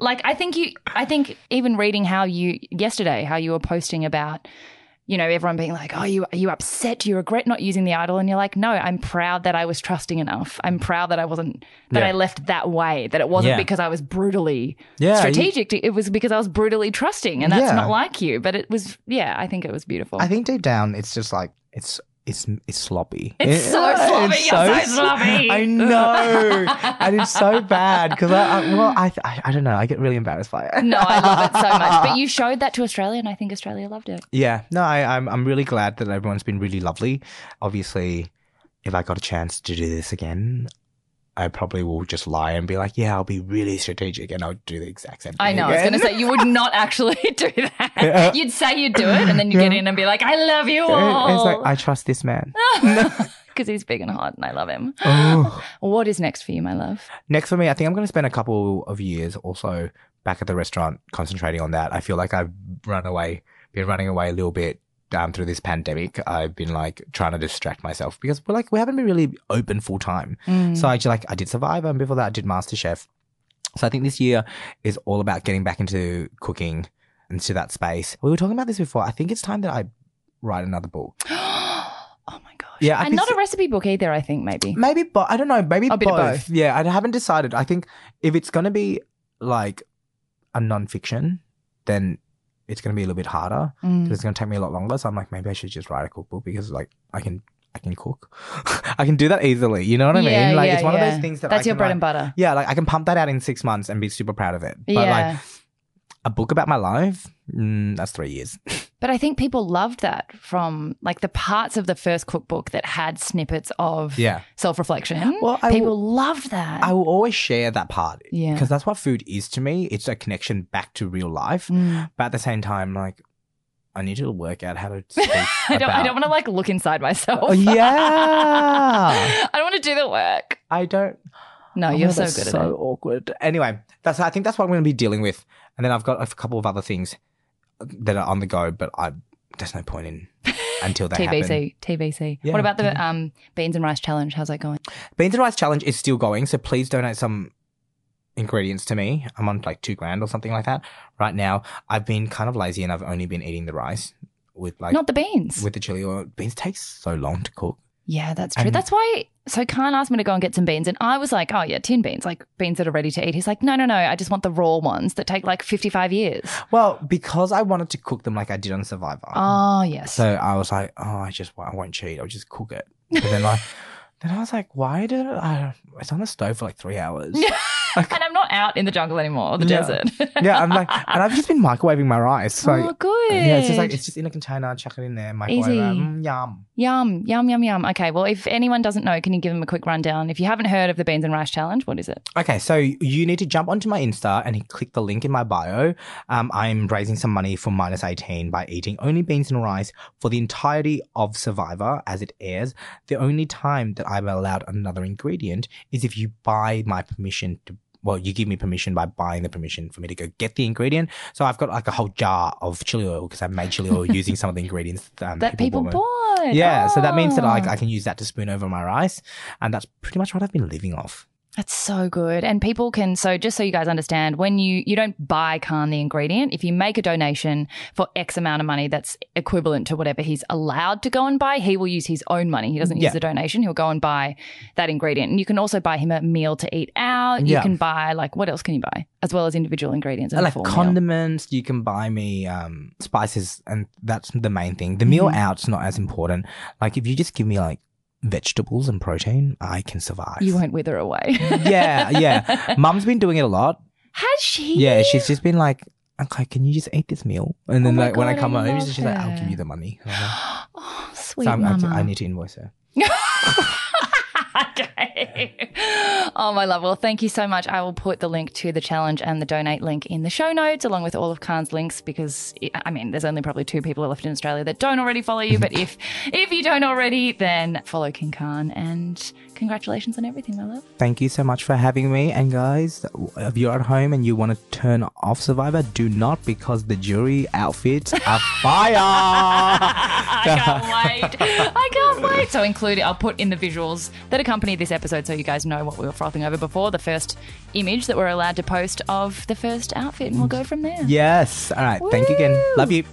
[SPEAKER 1] like i think you i think even reading how you yesterday how you were posting about you know everyone being like oh you are you upset do you regret not using the idol and you're like no i'm proud that i was trusting enough i'm proud that i wasn't that
[SPEAKER 3] Yeah.
[SPEAKER 1] i left that way that it wasn't
[SPEAKER 3] Yeah.
[SPEAKER 1] because i was brutally
[SPEAKER 3] Yeah, you-
[SPEAKER 1] strategic it was because i was brutally trusting and that's
[SPEAKER 3] Yeah.
[SPEAKER 1] not like you but it was yeah i think it was beautiful
[SPEAKER 3] I think deep down, it's just like it's it's it's sloppy.
[SPEAKER 1] It's so sloppy. You're so sloppy.
[SPEAKER 3] I know, and it's so bad because I, I well I, I I don't know. I get really embarrassed by it.
[SPEAKER 1] no i love it so much but you showed that to australia and i think australia loved it
[SPEAKER 3] Yeah, no, I, I'm I'm really glad that everyone's been really lovely. Obviously, if I got a chance to do this again. I probably will just lie and be like, yeah, I'll be really strategic and I'll do the exact same thing.
[SPEAKER 1] I know. I was going to say you would not actually do that.
[SPEAKER 3] Yeah.
[SPEAKER 1] You'd say you'd do it, and then you get in and be like, "I love you
[SPEAKER 3] It's like,
[SPEAKER 1] all,"
[SPEAKER 3] I trust this man.
[SPEAKER 1] because he's big and hot, and I love him.
[SPEAKER 3] Oh.
[SPEAKER 1] What is next for you, my love?
[SPEAKER 3] Next for me, I think I'm going to spend a couple of years also back at the restaurant concentrating on that. I feel like I've run away, been running away a little bit um, through this pandemic. I've been like trying to distract myself because we're like, we haven't been really open full time.
[SPEAKER 1] Mm.
[SPEAKER 3] So I just like, I did Survivor and before that I did MasterChef. So I think this year is all about getting back into cooking into that space. We were talking about this before. I think it's time that I write another book.
[SPEAKER 2] oh my gosh.
[SPEAKER 3] Yeah, I
[SPEAKER 1] and
[SPEAKER 3] could
[SPEAKER 1] not
[SPEAKER 3] see-
[SPEAKER 1] a recipe book either, I think, maybe.
[SPEAKER 3] Maybe, but I don't know. Maybe
[SPEAKER 1] A
[SPEAKER 3] both.
[SPEAKER 1] bit of both.
[SPEAKER 3] Yeah, I haven't decided. I think if it's gonna be like a nonfiction, then it's gonna be a little bit harder
[SPEAKER 1] Mm.
[SPEAKER 3] 'cause it's gonna take me a lot longer. So I'm like, maybe I should just write a cookbook because like I can, I can cook, I can do that easily. You know what I
[SPEAKER 1] Yeah,
[SPEAKER 3] mean? Like
[SPEAKER 1] yeah,
[SPEAKER 3] it's one of
[SPEAKER 1] yeah.
[SPEAKER 3] those things that
[SPEAKER 1] That's
[SPEAKER 3] I
[SPEAKER 1] your
[SPEAKER 3] can,
[SPEAKER 1] bread
[SPEAKER 3] like-
[SPEAKER 1] and butter.
[SPEAKER 3] Yeah, like I can pump that out in six months and be super proud of it. But
[SPEAKER 1] yeah.
[SPEAKER 3] like a book about my life, mm, that's three years.
[SPEAKER 1] But I think people loved that from like the parts of the first cookbook that had snippets of
[SPEAKER 3] yeah.
[SPEAKER 1] self reflection.
[SPEAKER 3] Well, I
[SPEAKER 1] people loved that.
[SPEAKER 3] I will always share that part.
[SPEAKER 1] Yeah.
[SPEAKER 3] Because that's what food is to me. It's a connection back to real life.
[SPEAKER 1] Mm.
[SPEAKER 3] But at the same time, like, I need to work out how to speak.
[SPEAKER 1] I don't, I
[SPEAKER 3] about-
[SPEAKER 1] don't want to like look inside myself.
[SPEAKER 3] Oh, yeah.
[SPEAKER 1] I don't want to do the work.
[SPEAKER 3] I don't.
[SPEAKER 1] No,
[SPEAKER 3] oh,
[SPEAKER 1] Oh, you're so good
[SPEAKER 3] that's
[SPEAKER 1] at
[SPEAKER 3] so
[SPEAKER 1] it.
[SPEAKER 3] awkward. Anyway, that's. I think that's what I'm going to be dealing with. And then I've got a couple of other things uh, that are on the go, but I there's no point in until they happen.
[SPEAKER 1] TBC, TBC.
[SPEAKER 3] Yeah,
[SPEAKER 1] what about the
[SPEAKER 3] TBC.
[SPEAKER 1] um, beans and rice challenge? How's that going?
[SPEAKER 3] Beans and Rice Challenge is still going, so please donate some ingredients to me. I'm on like two grand or something like that right now. I've been kind of lazy and I've only been eating the rice with like
[SPEAKER 1] Not the beans.
[SPEAKER 3] with the chili oil. Beans takes so long to cook.
[SPEAKER 1] yeah, that's true.
[SPEAKER 3] And-
[SPEAKER 1] that's why. So Khan asked me to go and get some beans, and I was like, "Oh yeah, tin beans, like beans that are ready to eat." He's like, "No, no, no, I just want the raw ones that take like fifty-five years."
[SPEAKER 3] Well, because I wanted to cook them like I did on Survivor.
[SPEAKER 1] Oh yes.
[SPEAKER 3] So I was like, oh, I just I won't cheat. I'll just cook it. But then like, then I was like, why did I? It's on the stove for like three hours.
[SPEAKER 1] and I'm not out in the jungle anymore, or the
[SPEAKER 3] Yeah.
[SPEAKER 1] desert.
[SPEAKER 3] yeah, I'm like, and I've just been microwaving my rice. Like,
[SPEAKER 1] oh, good.
[SPEAKER 3] yeah, it's just like it's just in a container. Chuck it in there. Microwave.
[SPEAKER 1] Easy.
[SPEAKER 3] it. Mm, yum.
[SPEAKER 1] yum, yum, yum, yum. Okay, well, if anyone doesn't know, can you give them a quick rundown? If you haven't heard of the beans and rice challenge, what is it?
[SPEAKER 3] Okay, so you need to jump onto my Insta and click the link in my bio. Um, I'm raising some money for minus 18 by eating only beans and rice for the entirety of Survivor as it airs. The only time that I'm allowed another ingredient is if you buy my permission to. Well, you give me permission by buying the permission for me to go get the ingredient. So I've got like a whole jar of chili oil because I made chili oil using some of the ingredients um,
[SPEAKER 1] That people,
[SPEAKER 3] bought me.
[SPEAKER 1] bought.
[SPEAKER 3] Yeah, so that means that I,
[SPEAKER 1] Ah.
[SPEAKER 3] I can use that to spoon over my rice, and that's pretty much what I've been living off.
[SPEAKER 1] That's so good. And people can so just so you guys understand, when you you don't buy Khan the ingredient, if you make a donation for X amount of money that's equivalent to whatever he's allowed to go and buy, he will use his own money. He doesn't
[SPEAKER 3] Yeah.
[SPEAKER 1] use the donation, he'll go and buy that ingredient. And you can also buy him a meal to eat out. You
[SPEAKER 3] Yeah.
[SPEAKER 1] can buy like what else can you buy? As well as individual ingredients. and a
[SPEAKER 3] like
[SPEAKER 1] full meal.
[SPEAKER 3] condiments, you can buy me um, spices, and that's the main thing. The
[SPEAKER 1] Mm-hmm.
[SPEAKER 3] meal out's not as important. Like if you just give me like vegetables and protein, I can survive.
[SPEAKER 1] You won't wither away.
[SPEAKER 3] yeah, yeah. Mum's been doing it a lot.
[SPEAKER 1] Has she?
[SPEAKER 3] Yeah, she's just been like, okay, can you just eat this meal? And then
[SPEAKER 1] Oh my
[SPEAKER 3] like when I
[SPEAKER 1] God,
[SPEAKER 3] come
[SPEAKER 1] I
[SPEAKER 3] home,
[SPEAKER 1] love
[SPEAKER 3] she's like, I'll
[SPEAKER 1] her.
[SPEAKER 3] give you the money. And I'm like,
[SPEAKER 1] oh, sweet
[SPEAKER 3] so I'm,
[SPEAKER 1] mama.
[SPEAKER 3] I, I need to invoice her.
[SPEAKER 1] okay. Oh, my love. Well, thank you so much. I will put the link to the challenge and the donate link in the show notes, along with all of Khan's links, because I mean, there's only probably two people left in Australia that don't already follow you. But if if you don't already, then follow King Khan. And congratulations on everything, my love.
[SPEAKER 3] Thank you so much for having me. And guys, if you're at home and you want to turn off Survivor, do not because the jury outfits are fire.
[SPEAKER 1] I can't wait. I can't wait. So include I'll put in the visuals that accompany this episode so you guys know what we were frothing over before, the first image that we're allowed to post of the first outfit, and we'll go from there.
[SPEAKER 3] Yes. All right. Thank you again. Love you.